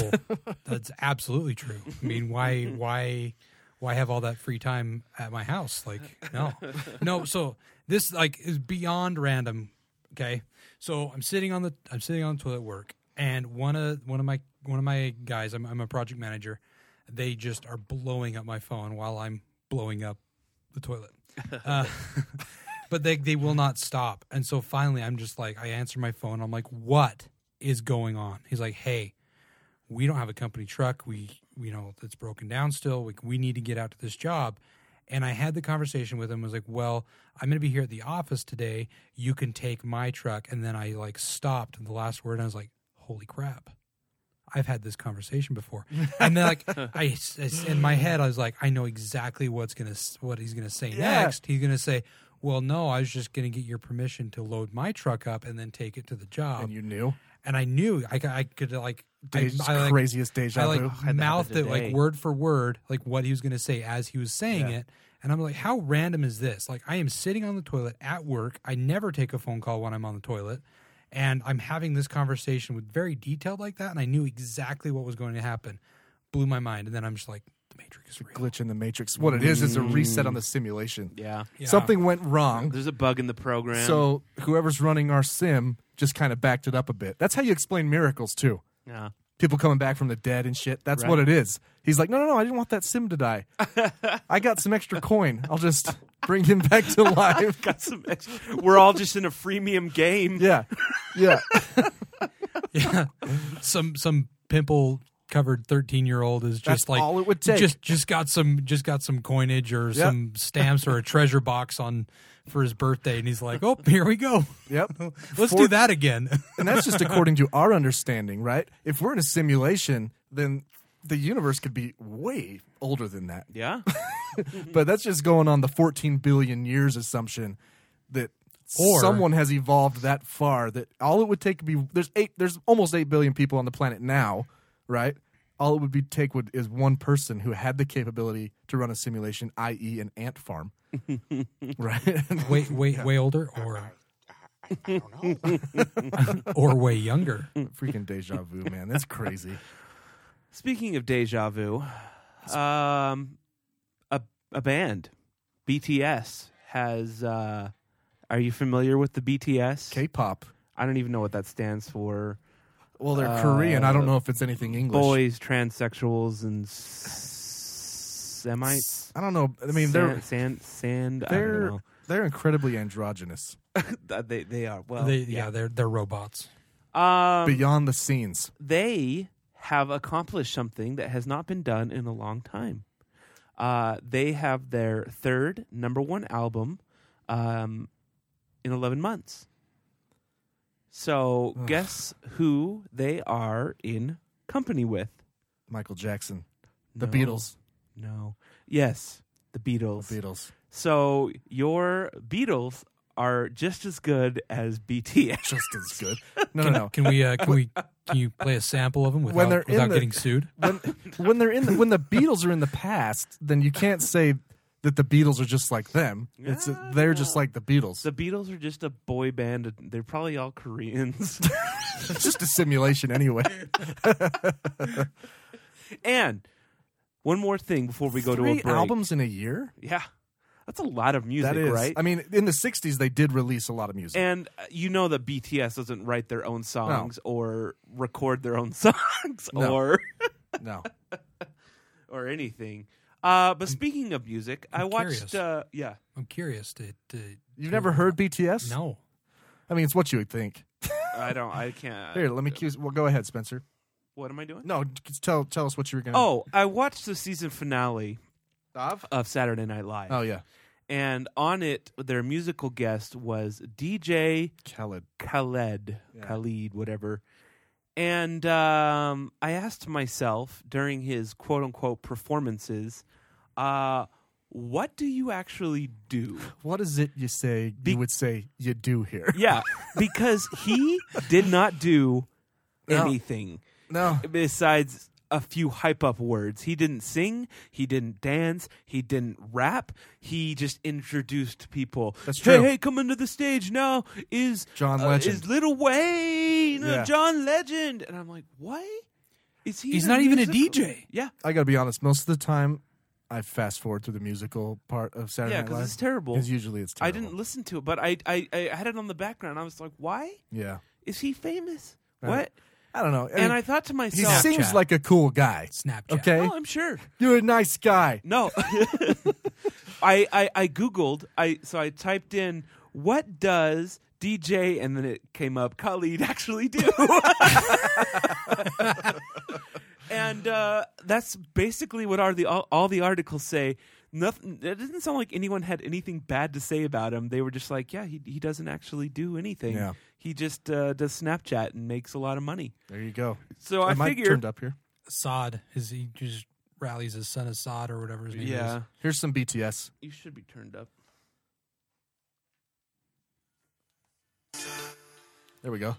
Speaker 8: that's absolutely true. I mean, why, why, why have all that free time at my house? Like, no, no. So this like is beyond random. Okay, so I'm sitting on the I'm sitting on the toilet at work, and one of one of my one of my guys, I'm, I'm a project manager. They just are blowing up my phone while I'm blowing up the toilet. Uh, but they they will not stop. And so finally, I'm just like, I answer my phone. I'm like, what is going on? He's like, hey, we don't have a company truck. We, you know, it's broken down still. We, we need to get out to this job. And I had the conversation with him. I was like, well, I'm going to be here at the office today. You can take my truck. And then I like stopped at the last word. And I was like, holy crap. I've had this conversation before, and then like I, s- I s- in my head, I was like, I know exactly what's gonna s- what he's gonna say next. He's gonna say, "Well, no, I was just gonna get your permission to load my truck up and then take it to the job."
Speaker 6: and you knew.
Speaker 8: and I knew I, c- I could like I,
Speaker 6: Deja's
Speaker 8: I, like,
Speaker 6: craziest deja
Speaker 8: I like
Speaker 6: vu.
Speaker 8: mouthed it
Speaker 7: today.
Speaker 8: like word for word, like what he was going to say as he was saying it. And I'm like, how random is this? Like, I am sitting on the toilet at work. I never take a phone call when I'm on the toilet. And I'm having this conversation with very detailed like that. And I knew exactly what was going to happen. Blew my mind. And then I'm just like, the Matrix is real.
Speaker 6: Glitch in the matrix. What it is is a reset on the simulation.
Speaker 7: Yeah.
Speaker 8: Mm. Yeah.
Speaker 6: Something went wrong.
Speaker 7: There's a bug in the program.
Speaker 6: So whoever's running our sim just kind of backed it up a bit. That's how you explain miracles too.
Speaker 7: yeah.
Speaker 6: People coming back from the dead and shit. That's what it is. He's like, no, no, no. I didn't want that sim to die. I got some extra coin. I'll just bring him back to life.
Speaker 7: got some. Extra, we're all just in a freemium game.
Speaker 6: Yeah, yeah.
Speaker 8: Yeah. some some pimple covered 13 year old is just
Speaker 6: That's
Speaker 8: like
Speaker 6: all it would take.
Speaker 8: just just got some just got some coinage or some stamps or a treasure box on for his birthday and he's like oh here we go
Speaker 6: Yep.
Speaker 8: let's
Speaker 6: Four-
Speaker 8: do that again
Speaker 6: And that's just according to our understanding, right? If we're in a simulation, then the universe could be way older than that.
Speaker 7: Yeah.
Speaker 6: But that's just going on the 14 billion years assumption that
Speaker 8: Or-
Speaker 6: someone has evolved that far that all it would take would be there's eight there's almost 8 billion people on the planet now, right? All it would be take would is one person who had the capability to run a simulation, i.e. an ant farm. right?
Speaker 8: way way way older or or way younger
Speaker 6: Freaking deja vu, man. That's crazy.
Speaker 7: Speaking of deja vu, um, a a band, BTS has. Uh, are you familiar with the BTS?
Speaker 6: K-pop.
Speaker 7: I don't even know what that stands for.
Speaker 6: Well, they're Korean. I don't know if it's anything English.
Speaker 7: boys, transsexuals, and s- Semites.
Speaker 6: I don't know. I mean, they're
Speaker 7: sand, sand. I don't
Speaker 6: they're
Speaker 7: know.
Speaker 6: they're incredibly androgynous
Speaker 7: Uh, They they are
Speaker 6: Oh,
Speaker 7: well.
Speaker 8: they, yeah,
Speaker 7: yeah.
Speaker 8: they're they're robots.
Speaker 7: Um,
Speaker 6: beyond the scenes.
Speaker 7: they have accomplished something that has not been done in a long time. Uh, they have their third number one album um, in 11 months. So, guess who they are in company with?
Speaker 6: Michael Jackson, the
Speaker 7: No.
Speaker 6: Beatles,
Speaker 7: No. Yes, the Beatles.
Speaker 6: the Beatles.
Speaker 7: So, your Beatles are just as good as BTS.
Speaker 6: Just as good. No, no, no.
Speaker 8: Can we? Uh, can we? Can you play a sample of them without,
Speaker 6: they're in
Speaker 8: without
Speaker 6: the-
Speaker 8: getting sued?
Speaker 6: When when they're in the, when the Beatles are in the past, then you can't say that the Beatles are just like them. It's uh, they're just like the Beatles.
Speaker 7: The Beatles are just a boy band. They're probably all Koreans.
Speaker 6: It's just a simulation anyway.
Speaker 7: And one more thing before we go to a
Speaker 6: Three
Speaker 7: break.
Speaker 6: albums in a year.
Speaker 7: Yeah. That's a lot of music,
Speaker 6: that is
Speaker 7: right?
Speaker 6: I mean, in the '60s, they did release a lot of music.
Speaker 7: and uh, you know that BTS doesn't write their own songs or record their own songs
Speaker 6: No.
Speaker 7: or
Speaker 6: no,
Speaker 7: or anything. Uh, but speaking of music, i
Speaker 8: I'm
Speaker 7: watched
Speaker 8: curious.
Speaker 7: uh, yeah.
Speaker 8: I'm curious to. to
Speaker 6: you've never heard BTS?
Speaker 8: No.
Speaker 6: I mean, it's what you would think.
Speaker 7: I don't I can't.
Speaker 6: Here, let me cue. Well, go ahead, Spencer.
Speaker 7: What am I doing?
Speaker 6: No, just tell tell us what you were gonna.
Speaker 7: Oh, I watched the season finale of Saturday Night Live.
Speaker 6: oh yeah,
Speaker 7: And on it their musical guest was DJ
Speaker 6: Khaled.
Speaker 7: Khaled,
Speaker 6: Yeah.
Speaker 7: Khalid, whatever. And um, I asked myself during his quote unquote performances, uh, what do you actually do?
Speaker 6: What is it you say?
Speaker 7: Be-
Speaker 6: you would say you do here.
Speaker 7: Yeah, Uh, because he did not do
Speaker 6: No.
Speaker 7: anything
Speaker 6: No,
Speaker 7: besides a few hype up words. He didn't sing, he didn't dance, he didn't rap. He just introduced people.
Speaker 6: That's
Speaker 7: Hey,
Speaker 6: true.
Speaker 7: hey, coming to the stage now is
Speaker 6: John
Speaker 7: uh,
Speaker 6: Legend.
Speaker 7: is Little Wayne, uh,
Speaker 6: Yeah.
Speaker 7: John Legend, and I'm like, what? Is he?
Speaker 8: He's
Speaker 7: in
Speaker 8: not even a
Speaker 7: musical?
Speaker 8: DJ.
Speaker 7: Yeah,
Speaker 6: I gotta be honest. Most of the time, I fast forward through the musical part of Saturday
Speaker 7: yeah,
Speaker 6: Night
Speaker 7: because
Speaker 6: Live.
Speaker 7: it's terrible.
Speaker 6: 'Cause usually it's
Speaker 7: I
Speaker 6: terrible.
Speaker 7: didn't listen to it, but I, I I had it on the background. I was like, why
Speaker 6: Yeah,
Speaker 7: is he famous?
Speaker 6: Right.
Speaker 7: What?
Speaker 6: I don't know. I mean,
Speaker 7: and I thought to
Speaker 6: he
Speaker 7: myself,
Speaker 6: seems
Speaker 8: Snapchat.
Speaker 6: like a cool guy.
Speaker 8: Snapchat.
Speaker 6: Okay,
Speaker 7: oh, I'm sure.
Speaker 6: you're a nice guy.
Speaker 7: No. I, I I googled. I so I typed in what does DJ and then it came up Khalid actually do. and uh, that's basically what are the all, all the articles say. Nothing. It doesn't sound like anyone had anything bad to say about him. They were just like, yeah, he he doesn't actually do anything.
Speaker 6: Yeah.
Speaker 7: He just uh, does Snapchat and makes a lot of money.
Speaker 6: There you go.
Speaker 7: So I
Speaker 6: Am I
Speaker 7: figure,
Speaker 6: turned up here?
Speaker 8: Assad is he just rallies his son Assad or whatever his name
Speaker 7: yeah,
Speaker 8: is.
Speaker 6: Here's some BTS.
Speaker 7: you should be turned up.
Speaker 6: There we go.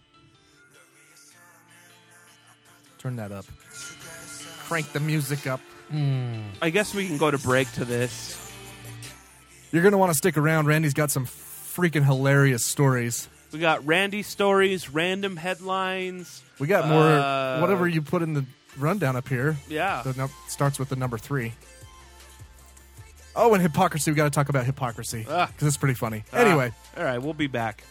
Speaker 6: Turn that up. Crank the music up.
Speaker 7: I guess we can go to break to this.
Speaker 6: You're going to want to stick around. Randy's got some freaking hilarious stories.
Speaker 7: We got Randy stories, random headlines.
Speaker 6: We got more,
Speaker 7: Uh, Ah.
Speaker 6: whatever you put in the rundown up here.
Speaker 7: Yeah.
Speaker 6: The num- starts with the number three. Oh, and hypocrisy. We got to talk about hypocrisy
Speaker 7: Ah.
Speaker 6: because it's pretty funny. Anyway,
Speaker 7: Ah, all right, we'll be back.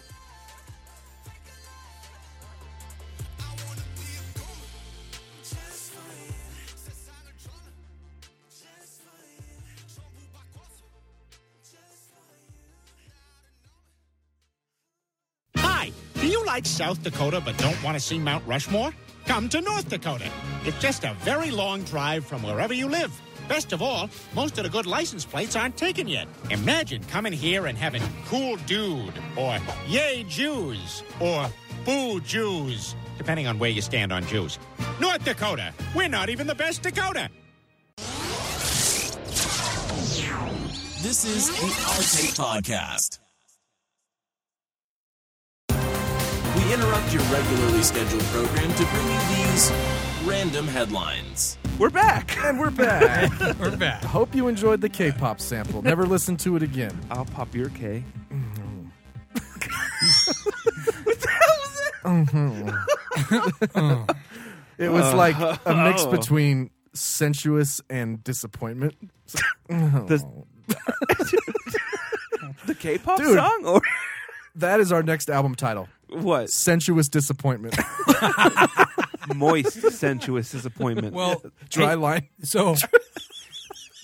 Speaker 9: Hi, do you like South Dakota but don't want to see Mount Rushmore? Come to North Dakota. It's just a very long drive from wherever you live. Best of all, most of the good license plates aren't taken yet. Imagine coming here and having cool dude, or yay Jews, or boo Jews, depending on where you stand on Jews. North Dakota, we're not even the best Dakota.
Speaker 3: This is the Our Take Podcast. We interrupt your regularly scheduled program to bring you these random headlines.
Speaker 7: We're back.
Speaker 6: and we're back.
Speaker 8: We're back.
Speaker 6: Hope you enjoyed the K pop sample. Never listen to it again.
Speaker 7: I'll pop your K.
Speaker 6: It was
Speaker 7: Uh,
Speaker 6: like a mix between sensuous and disappointment.
Speaker 7: The K-pop
Speaker 6: Dude.
Speaker 7: song or
Speaker 6: That is our next album title
Speaker 7: what?
Speaker 6: Sensuous Disappointment.
Speaker 7: moist, sensuous disappointment.
Speaker 8: Well,
Speaker 6: Dry
Speaker 8: hey,
Speaker 6: line.
Speaker 8: Oh, So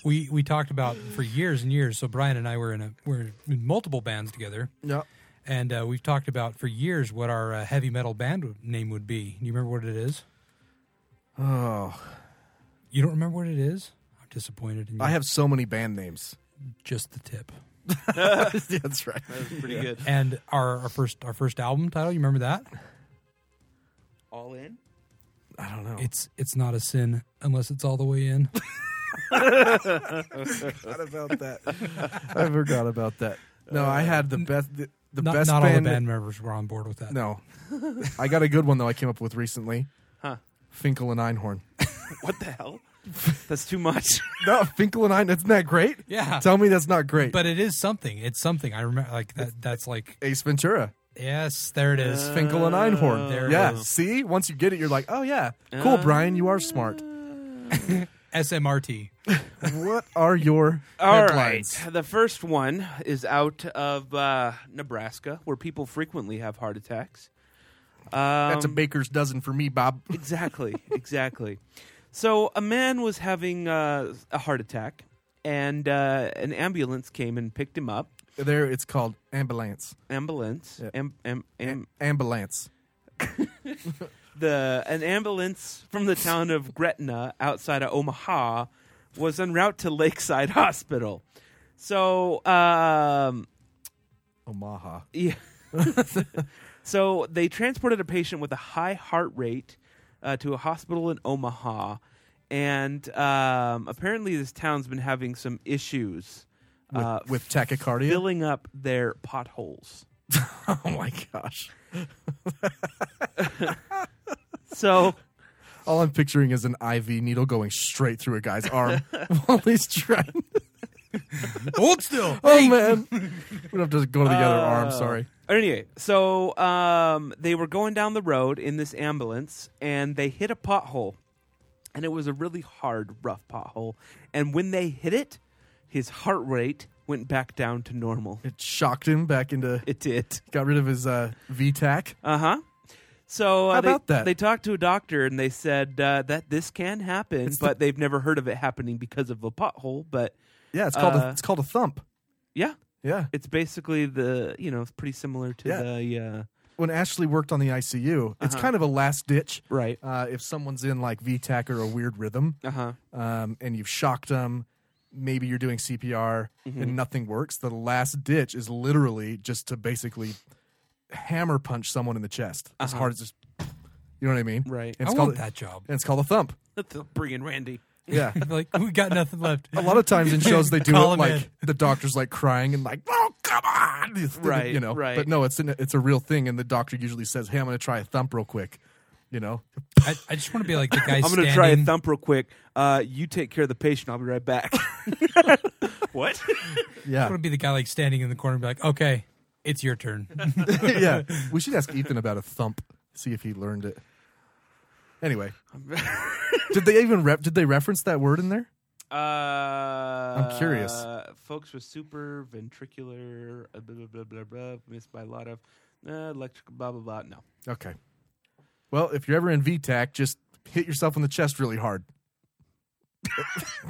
Speaker 8: we we talked about for years and years. So Brian and I were in a we're in multiple bands together,
Speaker 6: Yeah.
Speaker 8: and uh, we've talked about for years what our uh, heavy metal band would- name would be. You remember what it is?
Speaker 6: Oh,
Speaker 8: You don't remember what it is? I'm disappointed in you.
Speaker 6: I have so many band names.
Speaker 8: just the tip.
Speaker 6: yeah, that's right.
Speaker 7: pretty good.
Speaker 8: And our, our first our first album title. You remember that?
Speaker 7: All in.
Speaker 6: I don't know.
Speaker 8: It's it's not a sin unless it's all the way in.
Speaker 6: forgot about that. I forgot about that. No, I had the best. The, the
Speaker 8: Uh, not
Speaker 6: best
Speaker 8: not all
Speaker 6: band.
Speaker 8: the band members were on board with that.
Speaker 6: No, I got a good one though. I came up with recently.
Speaker 7: Huh.
Speaker 6: Finkel and Einhorn.
Speaker 7: What the hell? That's too much.
Speaker 6: No, Finkel and Einhorn. Isn't that great?
Speaker 8: Yeah.
Speaker 6: Tell me that's not great.
Speaker 8: But it is something. It's something. I remember like that. That's like
Speaker 6: Ace Ventura,
Speaker 8: yes, there it is.
Speaker 6: Uh, Finkel
Speaker 7: Oh,
Speaker 6: and Einhorn.
Speaker 8: there it
Speaker 6: yeah.
Speaker 8: is.
Speaker 6: See, once you get it, you're like, oh yeah, cool,
Speaker 7: Uh,
Speaker 6: Brian. You are smart.
Speaker 8: SMRT.
Speaker 6: What are your
Speaker 7: All right.
Speaker 6: headlines?
Speaker 7: The first one is out of uh, Nebraska, where people frequently have heart attacks. Um,
Speaker 6: That's a baker's dozen for me, Bob.
Speaker 7: exactly, exactly. So a man was having uh, a heart attack, and uh, an ambulance came and picked him up.
Speaker 6: There, it's called ambulance.
Speaker 7: Ambulance,
Speaker 6: Yeah. Eh.
Speaker 7: am, am, am,
Speaker 6: Ambulance.
Speaker 7: the an ambulance from the town of Gretna outside of Omaha was en route to Lakeside Hospital. So, um,
Speaker 6: Omaha.
Speaker 7: yeah. so they transported a patient with a high heart rate uh, to a hospital in Omaha, and um, apparently this town's been having some issues
Speaker 6: With,
Speaker 7: uh,
Speaker 6: with tachycardia.
Speaker 7: filling up their potholes.
Speaker 6: oh my gosh.
Speaker 7: So.
Speaker 6: All I'm picturing is an IV needle going straight through a guy's arm while he's trying.
Speaker 8: Hold still.
Speaker 6: Oh man, we have to go to the other
Speaker 7: Ah.
Speaker 6: arm. Sorry.
Speaker 7: Anyway, so um, they were going down the road in this ambulance and they hit a pothole. And it was a really hard, rough pothole. And when they hit it, his heart rate went back down to normal.
Speaker 6: It shocked him back into.
Speaker 7: It did.
Speaker 6: Got rid of his uh, VTAC.
Speaker 7: Uh huh. So uh,
Speaker 6: How
Speaker 7: they,
Speaker 6: about that?
Speaker 7: they talked to a doctor and they said uh, that this can happen, but they've never heard of it happening because of a pothole. But
Speaker 6: Yeah, it's called a,
Speaker 7: Uh,
Speaker 6: it's called a thump.
Speaker 7: yeah,
Speaker 6: Yeah.
Speaker 7: it's basically the you know it's pretty similar to
Speaker 6: Yeah.
Speaker 7: the uh,
Speaker 6: When Ashley worked on the ICU, it's kind of a last ditch.
Speaker 7: Uh-huh. right.
Speaker 6: Uh, if someone's in like VTAC or a weird rhythm,
Speaker 7: Uh huh.
Speaker 6: um, and you've shocked them, maybe you're doing CPR
Speaker 8: Mm-hmm.
Speaker 6: and nothing works. The last ditch is literally just to basically hammer punch someone in the chest as hard as just. You know what I mean?
Speaker 7: Right.
Speaker 6: And it's
Speaker 8: Uh-huh. I want
Speaker 6: called
Speaker 8: that job.
Speaker 6: And it's called a thump.
Speaker 7: Let's bring in Randy.
Speaker 6: Yeah.
Speaker 8: Like we got nothing left.
Speaker 6: a lot of times in shows they do it
Speaker 8: Call him
Speaker 6: like
Speaker 8: in.
Speaker 6: the doctor's like crying and like, oh come on, It's-
Speaker 7: Right,
Speaker 6: You know,
Speaker 7: right.
Speaker 6: But no, it's an, it's a real thing, and the doctor usually says, "Hey, I'm going to try a thump real quick." You know,
Speaker 8: I, I just want to be like the guy.
Speaker 7: I'm
Speaker 8: going to
Speaker 7: try a thump real quick. Uh, you take care of the patient. I'll be right back. what?
Speaker 8: I
Speaker 6: yeah,
Speaker 8: want to be the guy like standing in the corner and be like, okay, it's your turn.
Speaker 6: yeah. We should ask Ethan about a thump, see if he learned it. Anyway, did they even rep? Did they reference that word in there?
Speaker 7: Uh, I'm
Speaker 6: curious.
Speaker 7: Folks with super ventricular uh, blah blah blah blah blah missed by a lot of uh, electrical blah blah blah. No.
Speaker 6: Okay. Well, if you're ever in VTAC, just hit yourself in the chest really hard.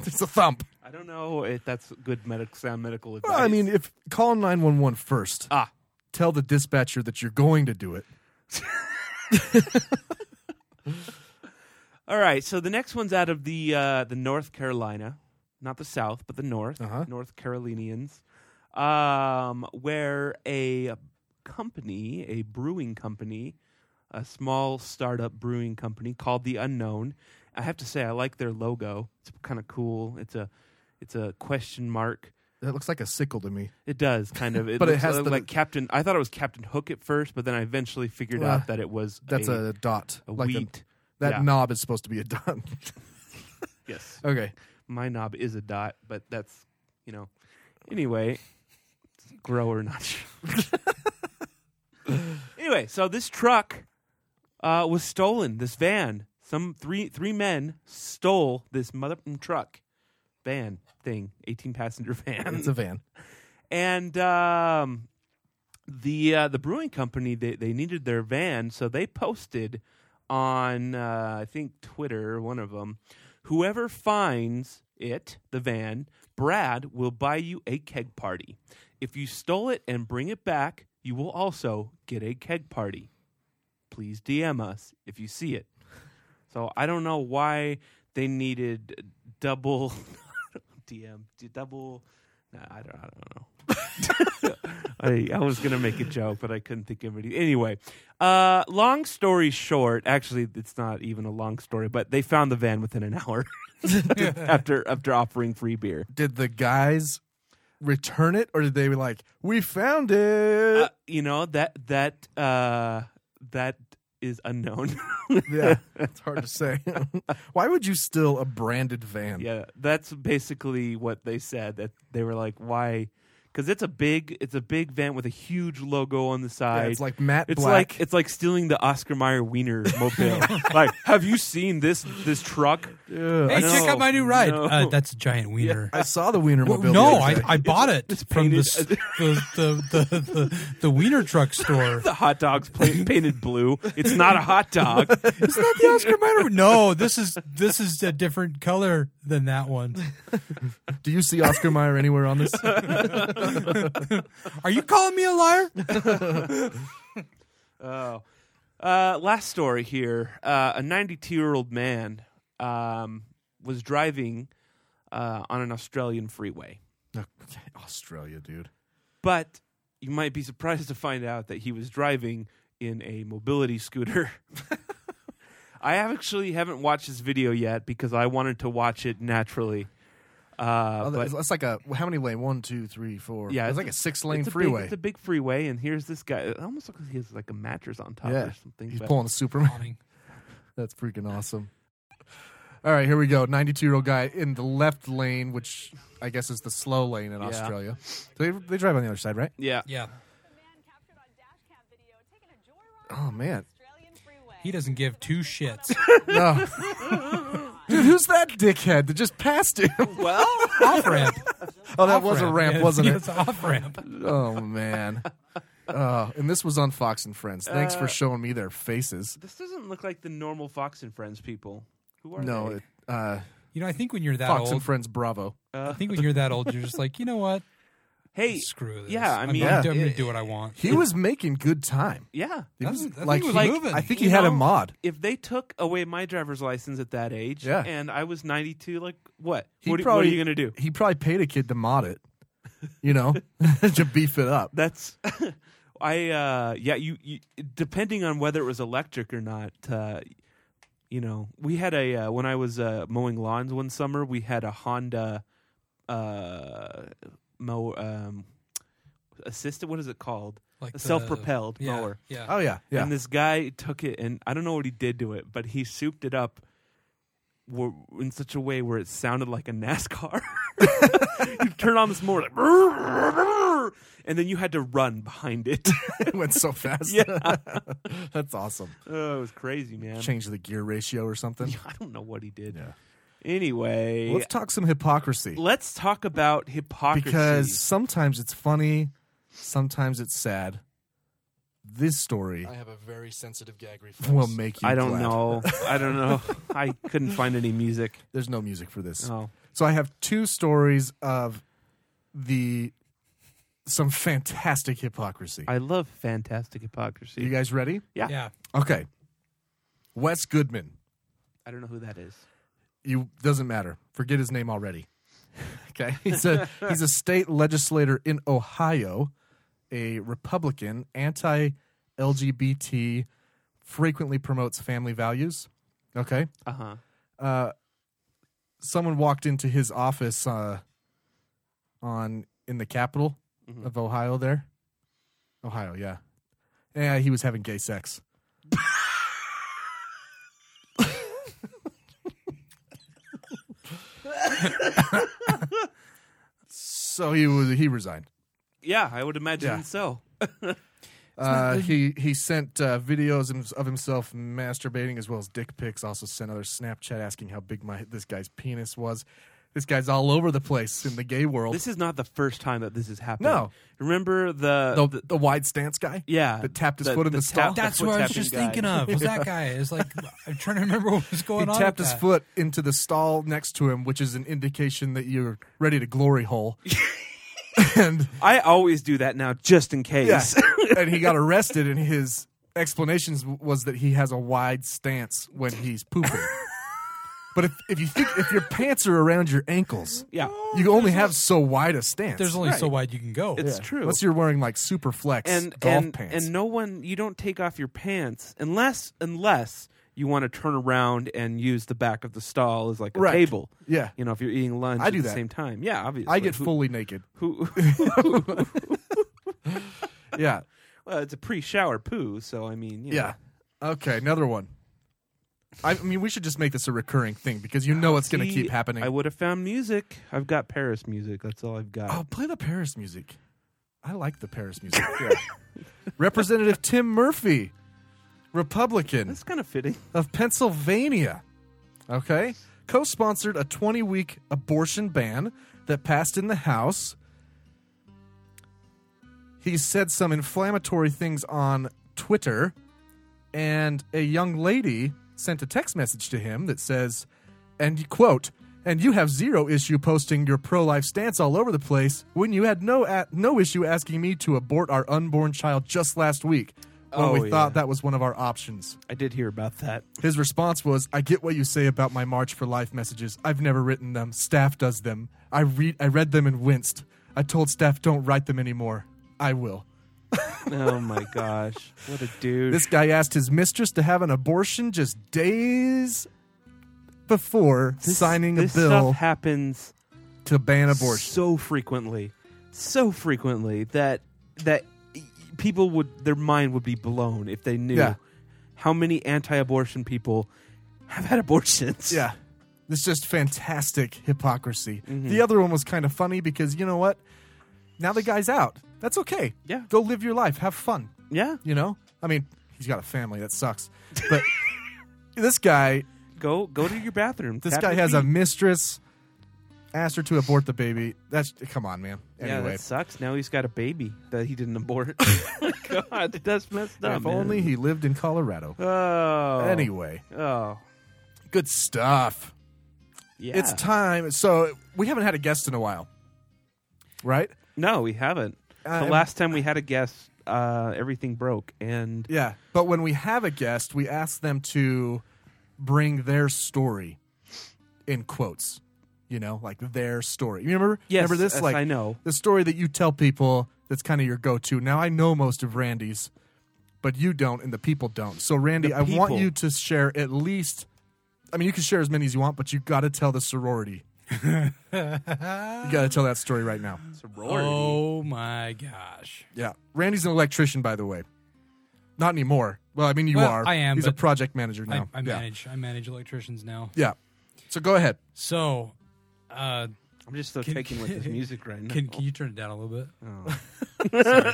Speaker 6: it's a thump.
Speaker 7: I don't know if that's good medic, sound medical advice.
Speaker 6: Well, I mean, if call 911 first.
Speaker 7: Ah.
Speaker 6: Tell the dispatcher that you're going to do it.
Speaker 7: all right. So the next one's out of the uh, the North Carolina, not the South, but the North,
Speaker 6: Uh-huh.
Speaker 7: North Carolinians, um, where a company, a brewing company, a small startup brewing company called the Unknown. I have to say, I like their logo. It's kind of cool. It's a it's a question mark.
Speaker 6: That looks like a sickle to me.
Speaker 7: It does kind of. It
Speaker 6: But it
Speaker 7: looks
Speaker 6: has
Speaker 7: like,
Speaker 6: the-
Speaker 7: like Captain. I thought it was Captain Hook at first, but then I eventually figured
Speaker 6: Well,
Speaker 7: out that it was
Speaker 6: That's a, dot.
Speaker 7: a
Speaker 6: like
Speaker 7: wheat.
Speaker 6: A, that
Speaker 7: Yeah.
Speaker 6: knob is supposed to be a dot.
Speaker 7: yes.
Speaker 6: okay.
Speaker 7: my knob is a dot, but that's you know. Anyway, grow or not. anyway, so this truck uh, was stolen. This van, some three three men stole this mother truck van thing, eighteen passenger van
Speaker 6: It's a van.
Speaker 7: and um, the uh, the brewing company they, they needed their van, so they posted on uh, I think Twitter, one of them. Whoever finds it, the van, Brad will buy you a keg party. If you stole it and bring it back, you will also get a keg party. Please DM us if you see it. So I don't know why they needed double DM d- double. Nah, I don't. I don't know. I, I was gonna make a joke, but I couldn't think of it. Anyway, uh, long story short, actually, it's not even a long story. But they found the van within an hour after after offering free beer.
Speaker 6: Did the guys return it, or did they be like, "We found it"?
Speaker 7: Uh, you know that that uh, that is unknown.
Speaker 6: yeah, it's hard to say. Why would you steal a branded van?
Speaker 7: Yeah, that's basically what they said. That they were like, why? Because it's a big, it's a big van with a huge logo on the
Speaker 6: Yeah,
Speaker 7: side.
Speaker 6: it's like matte
Speaker 7: it's
Speaker 6: black.
Speaker 7: like it's like stealing the Oscar Mayer Wiener mobile. like, have you seen this this truck?
Speaker 8: Hey,
Speaker 7: No,
Speaker 8: check out my new ride.
Speaker 7: no.
Speaker 8: Uh, that's a giant wiener.
Speaker 6: I saw the Wiener
Speaker 8: Well,
Speaker 6: Mobile.
Speaker 8: no,
Speaker 6: the
Speaker 8: I,
Speaker 6: other day.
Speaker 8: I bought it from the, s- the, the, the, the, the wiener truck store.
Speaker 7: The hot dog's pla- painted blue. It's not a hot dog.
Speaker 8: It's not the Oscar Mayer. No, this is this is a different color than that one.
Speaker 6: Do you see Oscar Mayer anywhere on this?
Speaker 8: Are you calling me a liar?
Speaker 7: Oh. Uh, last story here. Uh, a 92 year old man um, was driving uh, on an Australian freeway.
Speaker 6: Okay, Australia, dude.
Speaker 7: But you might be surprised to find out that he was driving in a mobility scooter. I actually haven't watched this video yet because I wanted to watch it naturally. Uh,
Speaker 6: Oh,
Speaker 7: but
Speaker 6: that's like a how many lane? One, two, three, four.
Speaker 7: Yeah,
Speaker 6: it's
Speaker 7: it's
Speaker 6: like
Speaker 7: a-
Speaker 6: a six lane
Speaker 7: it's a big-
Speaker 6: freeway.
Speaker 7: it's a big freeway, and here's this guy. It almost looks like he has like a mattress on top
Speaker 6: yeah,
Speaker 7: or something.
Speaker 6: he's
Speaker 7: but-
Speaker 6: pulling a Superman. That's freaking awesome. All right, here we go. Ninety-two-year-old guy in the left lane, which I guess is the slow lane in
Speaker 7: Yeah.
Speaker 6: Australia. They they drive on the other side, right?
Speaker 7: Yeah.
Speaker 8: Yeah,
Speaker 6: Oh man,
Speaker 8: he doesn't give two shits.
Speaker 6: no, dude, who's that dickhead that just passed him?
Speaker 7: Well,
Speaker 8: Off ramp.
Speaker 6: Oh, that was a ramp, wasn't it?
Speaker 8: It's off ramp.
Speaker 6: Oh man. Oh, and this was on Fox and Friends. Thanks
Speaker 7: Uh,
Speaker 6: for showing me their faces.
Speaker 7: this doesn't look like the normal Fox and Friends people. Who are
Speaker 6: No,
Speaker 7: they?
Speaker 6: it, uh,
Speaker 8: You know, I think when you're that
Speaker 6: Fox
Speaker 8: old,
Speaker 6: and Friends Bravo.
Speaker 8: I think when you're that old, you're just like, you know what?
Speaker 7: hey,
Speaker 8: Screw this.
Speaker 7: Yeah, I
Speaker 8: I'm,
Speaker 7: mean,
Speaker 6: Yeah.
Speaker 8: gonna, do- I'm gonna
Speaker 7: it-
Speaker 8: do what I want.
Speaker 6: He was making good time.
Speaker 7: yeah.
Speaker 6: He was,
Speaker 8: That's- that thing
Speaker 6: like,
Speaker 8: was
Speaker 6: he-
Speaker 8: moving.
Speaker 6: I think
Speaker 7: You
Speaker 6: he had a
Speaker 7: know,
Speaker 6: mod.
Speaker 7: If they took away my driver's license at that age,
Speaker 6: Yeah.
Speaker 7: and I was 92, like what?
Speaker 6: He
Speaker 7: What, do- what
Speaker 6: probably-
Speaker 7: are you gonna do?
Speaker 6: He probably paid a kid to mod it, you know, to beef it up.
Speaker 7: That's I. uh Yeah, you, you. Depending on whether it was electric or not, uh you know, we had a uh, when I was uh, mowing lawns one summer, we had a Honda uh mow um assisted. What is it called?
Speaker 8: Like
Speaker 7: a
Speaker 8: the-
Speaker 7: self-propelled
Speaker 8: yeah,
Speaker 7: mower.
Speaker 8: Yeah.
Speaker 6: Oh yeah, yeah.
Speaker 7: And this guy took it, and I don't know what he did to it, but he souped it up were- in such a way where it sounded like a NASCAR. you turn on this motor, like, "Brr, brr, brr," and then you had to run behind it.
Speaker 6: it went so fast.
Speaker 7: Yeah.
Speaker 6: That's awesome.
Speaker 7: oh, it was crazy, man.
Speaker 6: Change the gear ratio or something.
Speaker 7: I don't know what he did.
Speaker 6: Yeah.
Speaker 7: Anyway,
Speaker 6: Let's
Speaker 7: let's,
Speaker 6: talk some hypocrisy.
Speaker 7: talk about hypocrisy.
Speaker 6: because sometimes it's funny, sometimes it's sad. This story. I have a very sensitive gag reflex. Will make you.
Speaker 7: I don't
Speaker 6: glad.
Speaker 7: know. I don't know. I couldn't find any music.
Speaker 6: There's no music for this.
Speaker 7: Oh.
Speaker 6: So I have two stories of the some fantastic hypocrisy.
Speaker 7: I love fantastic hypocrisy.
Speaker 6: you guys ready?
Speaker 8: Yeah.
Speaker 6: Okay. Wes Goodman.
Speaker 7: I don't know who that is.
Speaker 6: You doesn't matter. Forget his name already. Okay. He's a he's a state legislator in Ohio, a Republican, anti LGBT, frequently promotes family values. Okay.
Speaker 7: Uh huh.
Speaker 6: Uh someone walked into his office uh on in the capital of Ohio there. Ohio, yeah. Yeah, he was having gay sex. so he was he resigned.
Speaker 7: Yeah, I would imagine
Speaker 6: Yeah.
Speaker 7: so.
Speaker 6: Uh, he he sent uh, videos of- of himself masturbating as well as dick pics. Also sent other Snapchat asking how big my this guy's penis was. This guy's all over the place in the gay world.
Speaker 7: This is not the first time that this has happened.
Speaker 6: No.
Speaker 7: Remember
Speaker 8: uh,
Speaker 7: the,
Speaker 6: the,
Speaker 7: the-
Speaker 6: the wide stance guy.
Speaker 7: yeah
Speaker 6: that tapped his
Speaker 7: the-
Speaker 6: foot in the, stall.
Speaker 7: tap-
Speaker 8: That's
Speaker 7: foot
Speaker 8: what I was
Speaker 7: tapping
Speaker 8: just
Speaker 7: guy.
Speaker 8: thinking of. Was that guy? It's like I'm trying to remember what was
Speaker 6: He
Speaker 8: going on.
Speaker 6: tapped
Speaker 8: with
Speaker 6: his
Speaker 8: that.
Speaker 6: foot into the stall next to him, which is an indication that you're ready to glory hole. and
Speaker 7: I always do that now just in case.
Speaker 6: yeah, and he got arrested, and his explanations w- was that he has a wide stance when he's pooping. but if, if you think if your pants are around your ankles,
Speaker 7: Yeah.
Speaker 6: you only have so wide a stance.
Speaker 8: There's only so wide you can go.
Speaker 7: It's true.
Speaker 6: Unless you're wearing like super flex
Speaker 7: and
Speaker 6: golf
Speaker 7: and,
Speaker 6: pants.
Speaker 7: and no one you don't take off your pants unless unless you want to turn around and use the back of the stall as like a
Speaker 6: Right.
Speaker 7: table.
Speaker 6: Yeah.
Speaker 7: You know, if you're eating lunch
Speaker 6: I
Speaker 7: at
Speaker 6: do
Speaker 7: the
Speaker 6: that.
Speaker 7: same time. Yeah, obviously.
Speaker 6: I get
Speaker 7: Who-
Speaker 6: fully naked.
Speaker 7: who
Speaker 6: Yeah.
Speaker 7: well, it's a pre-shower poo, so I mean, you
Speaker 6: Yeah. Okay, another one. I I mean, we should just make this a recurring thing because you know it's going to
Speaker 7: See,
Speaker 6: keep happening.
Speaker 7: I would have found music. I've got Paris music. That's all I've got.
Speaker 6: oh, play the Paris music. I like the Paris music. Representative Tim Murphy, Republican
Speaker 7: That's kind of fitting.
Speaker 6: of Pennsylvania, okay, co sponsored a 20 week abortion ban that passed in the House. He said some inflammatory things on Twitter, and a young lady sent a text message to him that says, and quote, and you have zero issue posting your pro life stance all over the place when you had no a- no issue asking me to abort our unborn child just last week when
Speaker 7: Oh,
Speaker 6: we thought
Speaker 7: yeah.
Speaker 6: that was one of our options.
Speaker 7: I did hear about that.
Speaker 6: His response was, "I get what you say about my March for Life messages. I've never written them. Staff does them. I read. I read them and winced. I told staff don't write them anymore. I will."
Speaker 7: Oh my gosh, what a dude!
Speaker 6: This guy asked his mistress to have an abortion just days before
Speaker 7: This-
Speaker 6: signing
Speaker 7: this
Speaker 6: a bill
Speaker 7: stuff happens
Speaker 6: to ban abortion.
Speaker 7: so frequently, so frequently that that people would their mind would be blown if they knew
Speaker 6: Yeah.
Speaker 7: how many anti-abortion people have had abortions.
Speaker 6: Yeah. It's just fantastic hypocrisy.
Speaker 7: Mm-hmm.
Speaker 6: The other one was kind of funny because you know what? Now the guy's out. That's okay.
Speaker 7: Yeah.
Speaker 6: Go live your life. Have fun.
Speaker 7: yeah.
Speaker 6: You know? I mean, he's got a family. That sucks. But this guy,
Speaker 7: Go go to your bathroom.
Speaker 6: this
Speaker 7: Tap
Speaker 6: guy
Speaker 7: your
Speaker 6: has a
Speaker 7: feet.
Speaker 6: mistress. Asked her to abort the baby. That's come on, man.
Speaker 7: yeah.
Speaker 6: Anyway,
Speaker 7: That sucks. Now he's got a baby that he didn't abort. God, that's messed up.
Speaker 6: if only
Speaker 7: man.
Speaker 6: he lived in Colorado.
Speaker 7: Oh.
Speaker 6: Anyway,
Speaker 7: Oh.
Speaker 6: good stuff.
Speaker 7: Yeah.
Speaker 6: It's time. So we haven't had a guest in a while, right?
Speaker 7: No, we haven't.
Speaker 6: Uh,
Speaker 7: the last time we had a guest, uh, everything broke, and
Speaker 6: Yeah. But when we have a guest, we ask them to bring their story in quotes. You know, like their story. You remember?
Speaker 7: Yes,
Speaker 6: remember this?
Speaker 7: yes,
Speaker 6: like
Speaker 7: I know.
Speaker 6: the story that you tell people. That's kind of your go-to. Now I know most of Randy's, but you don't, and the people don't. So Randy,
Speaker 7: The
Speaker 6: I want
Speaker 7: people.
Speaker 6: you to share at least. I mean, you can share as many as you want, but you got to tell the sorority. you got to tell that story right now.
Speaker 8: Oh my gosh!
Speaker 6: Yeah. Randy's an electrician, by the way. Not anymore. Well, I mean, you
Speaker 8: Well,
Speaker 6: are.
Speaker 8: I am,
Speaker 6: He's a
Speaker 8: but
Speaker 6: project manager now.
Speaker 8: I, I
Speaker 6: yeah.
Speaker 8: manage. I manage electricians now.
Speaker 6: Yeah. So go ahead.
Speaker 8: So, uh,
Speaker 7: I'm just so
Speaker 8: Can-
Speaker 7: taken with his music right now.
Speaker 8: can can you turn it down a little bit? Sorry.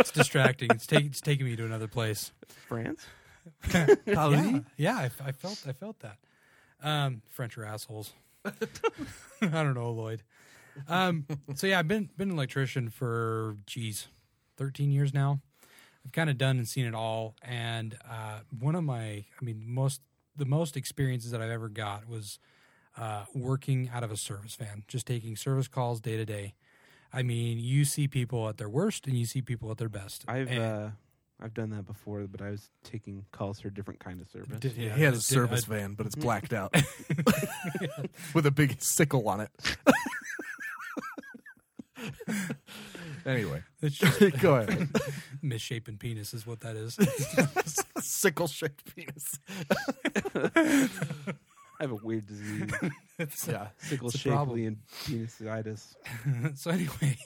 Speaker 8: it's distracting. It's taking it's taking me to another place.
Speaker 7: France?
Speaker 8: Yeah, Oh, yeah I, f- I felt I felt that. Um, French are assholes. I don't know, Lloyd. Um, so yeah, I've been been an electrician for geez, thirteen years now. I've kind of done and seen it all, and uh, one of my, I mean, most the most experiences that I've ever got was uh, working out of a service van, just taking service calls day to day. I mean, you see people at their worst, and you see people at their best.
Speaker 7: I've
Speaker 8: And-
Speaker 7: uh, I've done that before, but I was taking calls for a different kind of service.
Speaker 8: Did- yeah,
Speaker 6: he has a
Speaker 8: did-
Speaker 6: service
Speaker 8: I-
Speaker 6: van, but it's blacked out with a big sickle on it. anyway,
Speaker 8: it's just
Speaker 6: go ahead.
Speaker 8: misshapen penis is what that is.
Speaker 6: sickle shaped penis.
Speaker 7: I have a weird disease,
Speaker 6: Yeah.
Speaker 7: sickle
Speaker 6: a problem.
Speaker 7: shapely and penisitis.
Speaker 8: so anyway,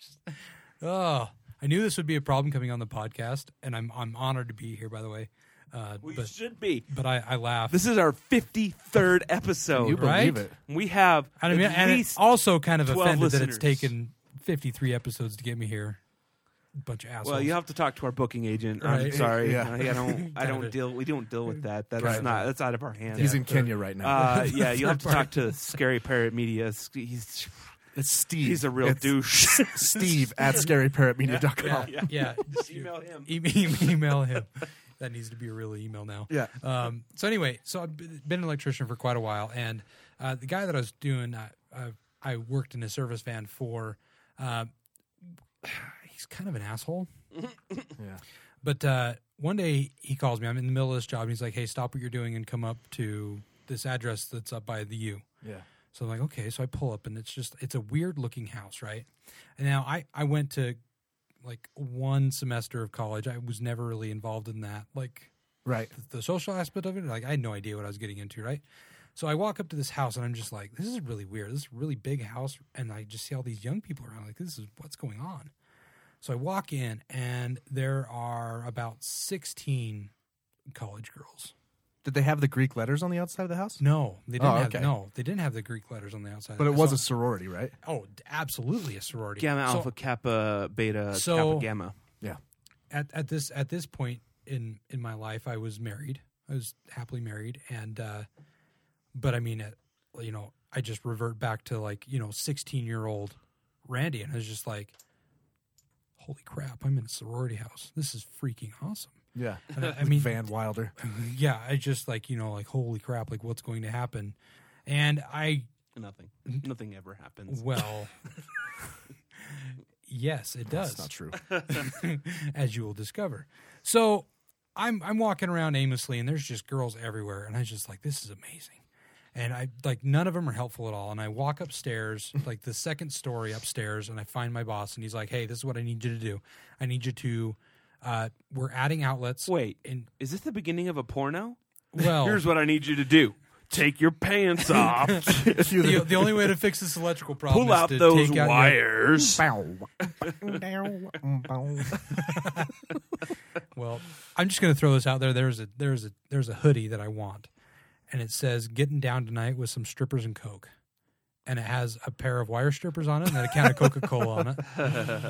Speaker 8: just- oh, I knew this would be a problem coming on the podcast, and I'm I'm honored to be here. By the way, uh, but
Speaker 7: should be.
Speaker 8: but I, I laugh.
Speaker 7: This is our 53rd episode.
Speaker 6: You believe
Speaker 8: Right?
Speaker 6: it.
Speaker 7: We have
Speaker 8: I mean,
Speaker 7: at
Speaker 8: and it's
Speaker 7: least
Speaker 8: also kind of
Speaker 7: 12
Speaker 8: offended that it's
Speaker 7: listeners.
Speaker 8: taken 53 episodes to get me here. bunch of assholes.
Speaker 7: Well, you have to talk to our booking agent. I'm
Speaker 8: Right.
Speaker 7: sorry,
Speaker 6: Yeah.
Speaker 7: I don't. I don't
Speaker 8: Kinda.
Speaker 7: deal. We don't deal with that. That's
Speaker 6: Right.
Speaker 7: not. That's out of our hands.
Speaker 6: He's in Kenya right now.
Speaker 7: Uh, yeah, you'll have to talk to Scary Parrot Media. S- He's
Speaker 6: it's Steve.
Speaker 7: he's a real
Speaker 6: It's
Speaker 7: douche.
Speaker 6: Steve at scaryparrotmedia.com. Yeah.
Speaker 8: yeah, yeah.
Speaker 7: Email him.
Speaker 8: E- e- email him. That needs to be a real email now.
Speaker 6: Yeah.
Speaker 8: Um, so anyway, so I've been been an electrician for quite a while, and uh, the guy that I was doing, I, I, I worked in a service van for. Uh, he's kind of an asshole.
Speaker 6: Yeah.
Speaker 8: But uh, one day he calls me. I'm in the middle of this job, and he's like, "Hey, stop what you're doing and come up to this address that's up by the U." So I'm like, okay. So I pull up, and it's just it's a weird looking house, right? And now I I went to like one semester of college. I was never really involved in that, like
Speaker 6: Right.
Speaker 8: the social aspect of it. Like I had no idea what I was getting into, right? So I walk up to this house, and I'm just like, this is really weird. This is a really big house, and I just see all these young people around. Like this is what's going on. So I walk in, and there are about 16 college girls.
Speaker 6: Did they have the Greek letters on the outside of the house?
Speaker 8: No, they didn't
Speaker 6: Oh,
Speaker 8: have
Speaker 6: okay.
Speaker 8: no, they didn't have the Greek letters on the outside.
Speaker 6: But it was
Speaker 8: So-
Speaker 6: a sorority, right?
Speaker 8: oh, d- absolutely a sorority.
Speaker 7: Gamma
Speaker 8: So
Speaker 7: Alpha Kappa Beta
Speaker 8: So-
Speaker 7: Kappa Gamma.
Speaker 8: at at this at this point in in my life, I was married. I was happily married, and uh but I mean, it, you know, I just revert back to like you know, sixteen year old Randy, and I was just like, holy crap, I'm in a sorority house. This is freaking awesome.
Speaker 6: Yeah.
Speaker 8: And I, I mean,
Speaker 6: Van Wilder.
Speaker 8: yeah, I just like you know, like holy crap, like what's going to happen? And I
Speaker 7: Nothing.
Speaker 8: Mm-hmm.
Speaker 7: Nothing ever happens.
Speaker 8: Well, yes, it does.
Speaker 6: That's not true.
Speaker 8: as you will discover. So I'm I'm walking around aimlessly, and there's just girls everywhere, and I was just like, this is amazing. And I like none of them are helpful at all. And I walk upstairs, like the second story upstairs, and I find my boss, and he's like, "Hey, this is what I need you to do. I need you to, uh, we're adding outlets.
Speaker 7: Wait,
Speaker 8: and
Speaker 7: is this the beginning of a porno?
Speaker 8: well,
Speaker 7: Here's what I need you to do: take your pants off,
Speaker 8: the, the only way to fix this electrical problem
Speaker 7: pull
Speaker 8: is
Speaker 7: out
Speaker 8: to
Speaker 7: those
Speaker 8: take out your-
Speaker 7: wires.
Speaker 8: Well, I'm just going to throw this out there. There's a there's a there's a hoodie that I want, and it says "Getting Down Tonight with some strippers and coke," and it has a pair of wire strippers on it and a can of Coca Cola on it.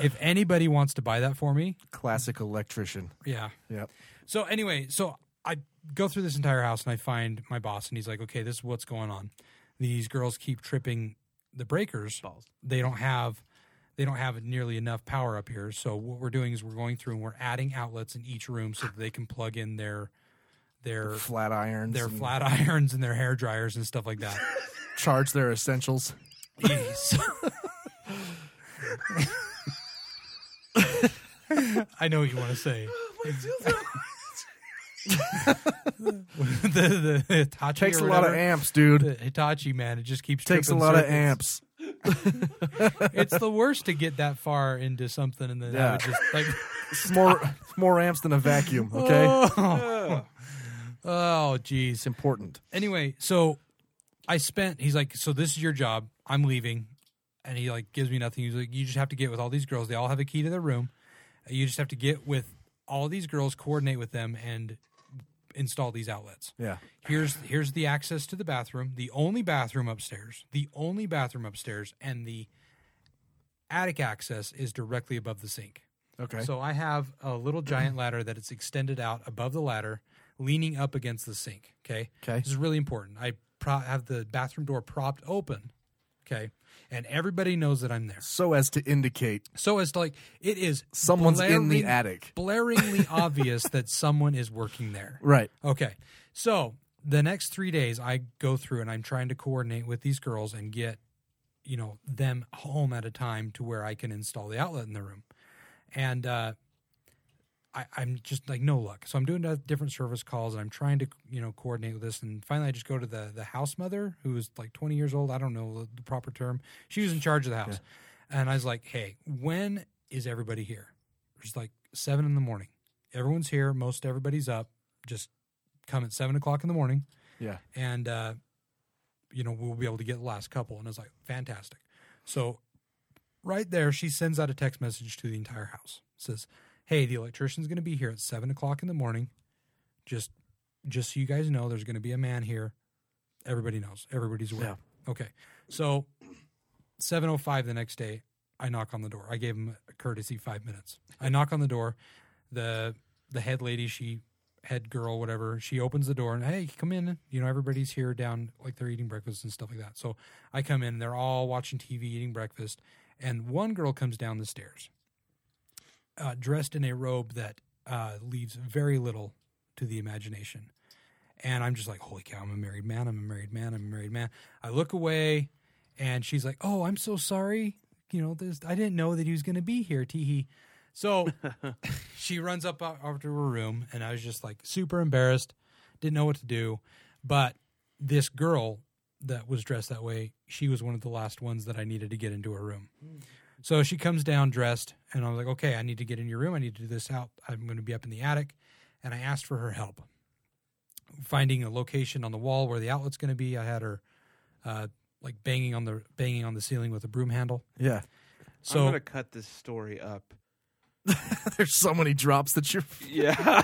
Speaker 8: if anybody wants to buy that for me,
Speaker 6: Classic electrician.
Speaker 8: yeah.
Speaker 6: Yep.
Speaker 8: So anyway, so I go through this entire house and I find my boss, and he's like, "Okay, this is what's going on. These girls keep tripping the breakers. They don't have." They don't have nearly enough power up here. So what we're doing is we're going through and we're adding outlets in each room so that they can plug in their their
Speaker 6: Flat irons.
Speaker 8: their
Speaker 6: and
Speaker 8: flat irons and their hair dryers and stuff like that.
Speaker 6: Charge their essentials.
Speaker 8: So- I know what you want to say. the, the Hitachi
Speaker 6: Takes
Speaker 8: or
Speaker 6: a lot of
Speaker 8: whatever.
Speaker 6: amps, dude.
Speaker 8: The Hitachi man, it just keeps
Speaker 6: Takes a
Speaker 8: tripping
Speaker 6: lot of
Speaker 8: circuits.
Speaker 6: amps.
Speaker 8: It's the worst to get that far into something and then I
Speaker 6: Yeah.
Speaker 8: would just like
Speaker 6: It's more it's more amps than a vacuum, okay?
Speaker 8: oh, oh geez.
Speaker 6: It's important.
Speaker 8: anyway, so I spent. He's like, so this is your job. I'm leaving, and he like gives me nothing. He's like, you just have to get with all these girls. They all have a key to their room. You just have to get with all these girls, coordinate with them, and install these outlets.
Speaker 6: Yeah.
Speaker 8: Here's here's the access to the bathroom, the only bathroom upstairs, the only bathroom upstairs, and the attic access is directly above the sink.
Speaker 6: Okay.
Speaker 8: So I have a little giant ladder that is extended out above the ladder, leaning up against the sink. Okay.
Speaker 6: Okay.
Speaker 8: This is really important. I pro- have the bathroom door propped open. Okay. And everybody knows that I'm there.
Speaker 6: so as to indicate
Speaker 8: So it's like it is
Speaker 6: Someone's in the
Speaker 8: blaring-
Speaker 6: attic.
Speaker 8: Blaringly obvious that someone is working there.
Speaker 6: Right.
Speaker 8: Okay. So the next three days I go through and I'm trying to coordinate with these girls and get, you know, them home at a time to where I can install the outlet in the room. And uh I, I'm just like no luck. So I'm doing di- different service calls and I'm trying to, you know, coordinate with this. And finally I just go to the the house mother who was like 20 years old. I don't know the, the proper term. She was in charge of the house. And I was like, hey, when is everybody here? It's like seven in the morning. Everyone's here. Most everybody's up. Just come at seven o'clock in the morning.
Speaker 6: Yeah.
Speaker 8: And, uh, you know, we'll be able to get the last couple. And I was like, fantastic. So right there, she sends out a text message to the entire house. Says, hey, the electrician's going to be here at seven o'clock in the morning. Just, just so you guys know, there's going to be a man here. Everybody knows. Everybody's aware. oh Okay. So 7.05 the next day, I knock on the door. I gave him courtesy five minutes. I knock on the door. The the head lady, she head girl, whatever, she opens the door and hey, come in. You know, everybody's here down like they're eating breakfast and stuff like that. So I come in, they're all watching TV, eating breakfast, and one girl comes down the stairs, uh, dressed in a robe that uh, leaves very little to the imagination. And I'm just like, holy cow, I'm a married man. I'm a married man. I'm a married man. I look away and she's like, oh, I'm so sorry. You know, this, I didn't know that he was going to be here. Tee hee. So she runs up uh, out out to her room and I was just like super embarrassed. Didn't know what to do. But this girl that was dressed that way, she was one of the last ones that I needed to get into her room. So she comes down dressed, and I was like, okay, I need to get in your room. I need to do this out. I'm going to be up in the attic. And I asked for her help finding a location on the wall where the outlet's going to be. I had her uh, like banging on the banging on the ceiling with a broom handle.
Speaker 6: Yeah.
Speaker 7: I'm
Speaker 8: So
Speaker 7: gonna cut this story up.
Speaker 6: There's so many drops that you're.
Speaker 7: Yeah,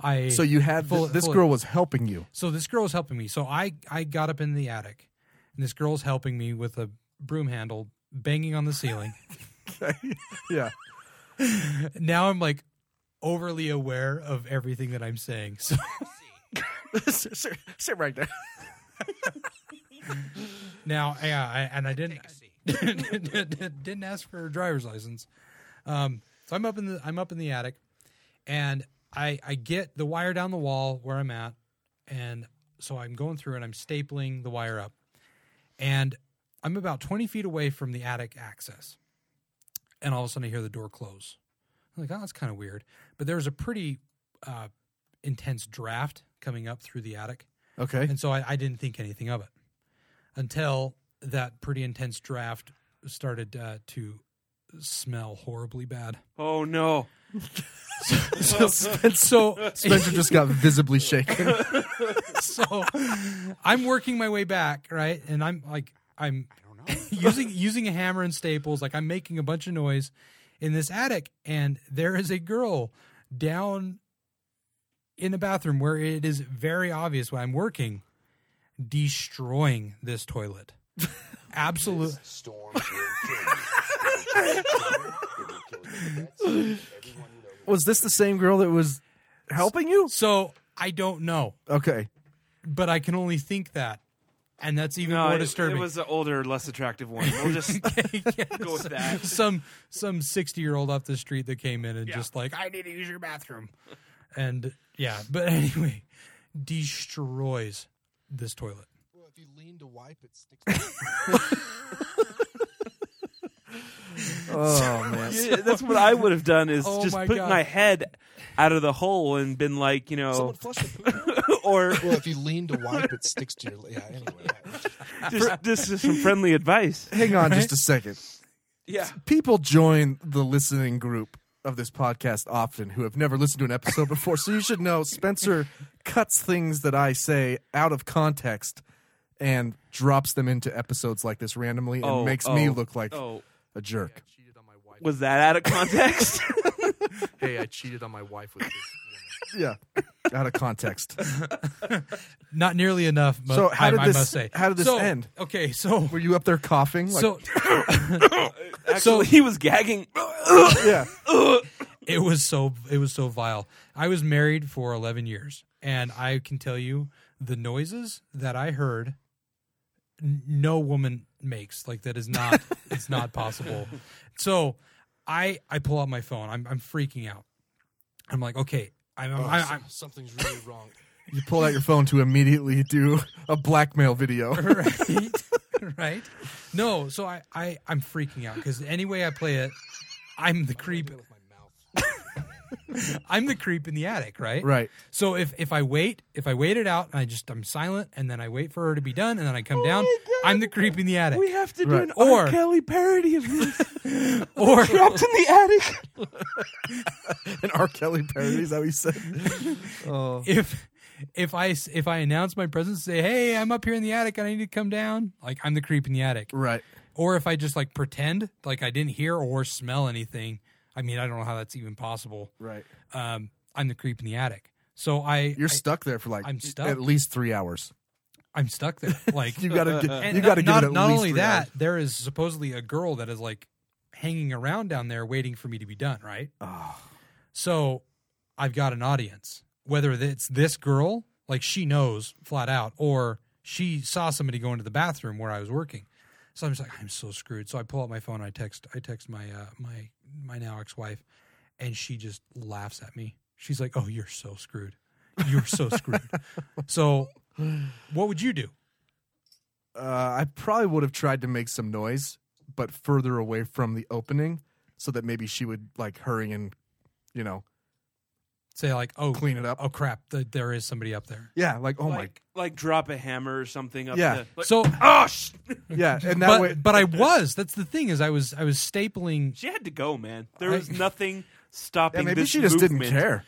Speaker 8: I
Speaker 6: So you had
Speaker 8: Full-
Speaker 6: this
Speaker 8: full-
Speaker 6: girl was helping you.
Speaker 8: so this girl's helping me. So I I got up in the attic, and this girl's helping me with a broom handle banging on the ceiling.
Speaker 6: Yeah.
Speaker 8: now I'm like overly aware of everything that I'm saying. So
Speaker 6: sit, sit- sit right there.
Speaker 8: Now, yeah, I, and I didn't didn't ask for a driver's license. Um, so I'm up in the I'm up in the attic, and I I get the wire down the wall where I'm at, and so I'm going through and I'm stapling the wire up, and I'm about 20 feet away from the attic access, and all of a sudden I hear the door close. I'm like, oh, that's kind of weird. But there's a pretty uh, intense draft coming up through the attic.
Speaker 6: Okay.
Speaker 8: And so I, I didn't think anything of it until that pretty intense draft started uh, to smell horribly bad.
Speaker 7: Oh no.
Speaker 8: So, so,
Speaker 6: Spencer just got visibly shaken.
Speaker 8: so I'm working my way back, right? And I'm like, I'm using using a hammer and staples. Like I'm making a bunch of noise in this attic, and there is a girl down in the bathroom where it is very obvious when I'm working, destroying this toilet. Absolute.
Speaker 6: was this the same girl that was helping you?
Speaker 8: So I don't know,
Speaker 6: Okay.
Speaker 8: but I can only think that, and that's even
Speaker 7: No,
Speaker 8: more
Speaker 7: Uh, it,
Speaker 8: disturbing.
Speaker 7: it was an older, less attractive one. We'll just go with that.
Speaker 8: some some 60 year old off the street that came in and just like i need to use your bathroom and yeah but anyway destroys this toilet
Speaker 6: Oh man.
Speaker 7: Yeah, that's what I would have done is
Speaker 8: Oh
Speaker 7: just
Speaker 8: my
Speaker 7: put
Speaker 8: God.
Speaker 7: my head out of the hole and been like, you know, or
Speaker 10: Well, if you lean to wipe, it sticks to your. Yeah, anyway.
Speaker 7: just, this is some friendly advice.
Speaker 6: Hang on just a second.
Speaker 7: Yeah.
Speaker 6: People join the listening group of this podcast often who have never listened to an episode before, so you should know Spencer cuts things that I say out of context and drops them into episodes like this randomly and
Speaker 7: Oh,
Speaker 6: makes me
Speaker 7: oh,
Speaker 6: look like
Speaker 7: Oh,
Speaker 6: a jerk.
Speaker 7: was that out of context?
Speaker 4: Hey, I cheated on my wife with this.
Speaker 6: Yeah. Out of context.
Speaker 8: not nearly enough but
Speaker 6: So how
Speaker 8: I,
Speaker 6: did
Speaker 8: I
Speaker 6: this-
Speaker 8: must say
Speaker 6: how did this
Speaker 8: So-
Speaker 6: end?
Speaker 8: okay so
Speaker 6: Were you up there coughing? Like,
Speaker 8: so
Speaker 7: Actually,
Speaker 8: So-
Speaker 7: he was gagging.
Speaker 6: yeah.
Speaker 8: it was so it was so vile i was married for 11 years and i can tell you the noises that i heard n- no woman makes like that is not it's not possible so i i pull out my phone i'm, I'm freaking out i'm like okay i'm,
Speaker 6: Oh,
Speaker 8: I'm, I- I'm
Speaker 10: Something's really wrong.
Speaker 6: You pull out your phone to immediately do a blackmail video.
Speaker 8: right right no so i, I i'm freaking out because any way i play it i'm the creep i'm the creep in the attic right
Speaker 6: Right.
Speaker 8: So if if I wait, if I wait it out and I just I'm silent and then I wait for her to be done and then I come down, I'm the creep in the attic.
Speaker 7: We have to do
Speaker 6: Right.
Speaker 7: an
Speaker 8: Or-
Speaker 7: R. Kelly parody of this.
Speaker 8: or
Speaker 7: Trapped in the attic.
Speaker 6: An R. Kelly parody, is that what you said?
Speaker 8: Oh. if if I s- if I announce my presence, say, "Hey, I'm up here in the attic and I need to come down." Like I'm the creep in the attic.
Speaker 6: Right.
Speaker 8: Or if I just like pretend like I didn't hear or smell anything. I mean, I don't know how that's even possible.
Speaker 6: Right.
Speaker 8: Um, I'm the creep in the attic. So I
Speaker 6: You're stuck there for like
Speaker 8: I'm stuck.
Speaker 6: at least three hours.
Speaker 8: I, am stuck there. Like uh,
Speaker 6: You gotta get,
Speaker 8: And
Speaker 6: you gotta
Speaker 8: not,
Speaker 6: get it at
Speaker 8: not
Speaker 6: least
Speaker 8: only
Speaker 6: three
Speaker 8: that,
Speaker 6: hours.
Speaker 8: there is supposedly a girl that is like hanging around down there waiting for me to be done, right?
Speaker 6: Ah.
Speaker 8: So I've got an audience. Whether it's this girl, like she knows flat out, or she saw somebody go into the bathroom where I was working. So I'm just like, I'm so screwed. So I pull out my phone. I text. I text my uh, my my now ex wife, and she just laughs at me. She's like, "Oh, you're so screwed. You're so screwed." so, what would you do?
Speaker 6: Uh, I probably would have tried to make some noise, but further away from the opening, so that maybe she would like hurry and, you know,
Speaker 8: Say like, "Oh,
Speaker 6: clean it up.
Speaker 8: oh crap, th- there is somebody up there."
Speaker 6: Yeah, like oh
Speaker 7: like like drop a hammer or something up
Speaker 6: Yeah.
Speaker 7: the like,
Speaker 8: So,
Speaker 7: oh sh-
Speaker 6: my, yeah, and that
Speaker 8: but
Speaker 6: way,
Speaker 8: but I was. That's the thing is, I was I was stapling.
Speaker 7: she had to go man there was
Speaker 8: I-
Speaker 7: nothing stopping
Speaker 6: yeah, maybe
Speaker 7: this
Speaker 6: she just didn't
Speaker 7: movement.
Speaker 6: care.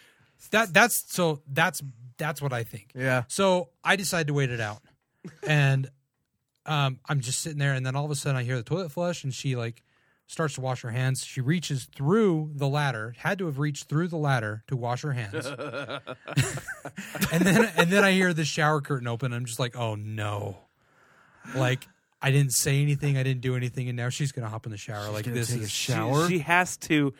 Speaker 8: That that's so that's that's what I think.
Speaker 6: Yeah,
Speaker 8: So I decided to wait it out, and um, I'm just sitting there, and then all of a sudden I hear the toilet flush, and she like starts to wash her hands. She reaches through the ladder, had to have reached through the ladder to wash her hands, and then and then I hear the shower curtain open. And I'm just like, oh no, like. I didn't say anything. I didn't do anything, and now she's gonna hop in the shower. like
Speaker 6: gonna
Speaker 8: this
Speaker 6: take a
Speaker 8: is
Speaker 7: She-
Speaker 6: shower.
Speaker 7: she, has to
Speaker 6: you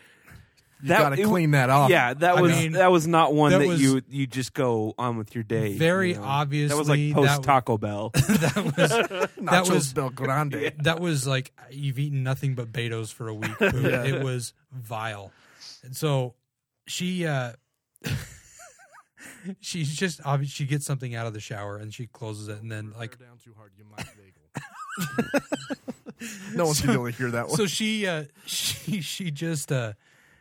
Speaker 7: that-
Speaker 6: gotta
Speaker 7: it-
Speaker 6: clean that off.
Speaker 7: yeah that
Speaker 8: I
Speaker 7: was
Speaker 8: mean,
Speaker 7: that was not one
Speaker 8: that
Speaker 7: that,
Speaker 8: was
Speaker 7: you you just go on with your day
Speaker 8: very
Speaker 7: you know?
Speaker 8: obviously
Speaker 7: that was like post Taco Bell
Speaker 8: that was that
Speaker 6: Nachos
Speaker 8: was
Speaker 6: Del Grande.
Speaker 8: that was like you've eaten nothing but Beto's for a week. It was vile. And so she uh she's just obviously she gets something out of the shower and she closes it and then like
Speaker 6: No one's gonna be able to hear that one.
Speaker 8: so she uh she she just uh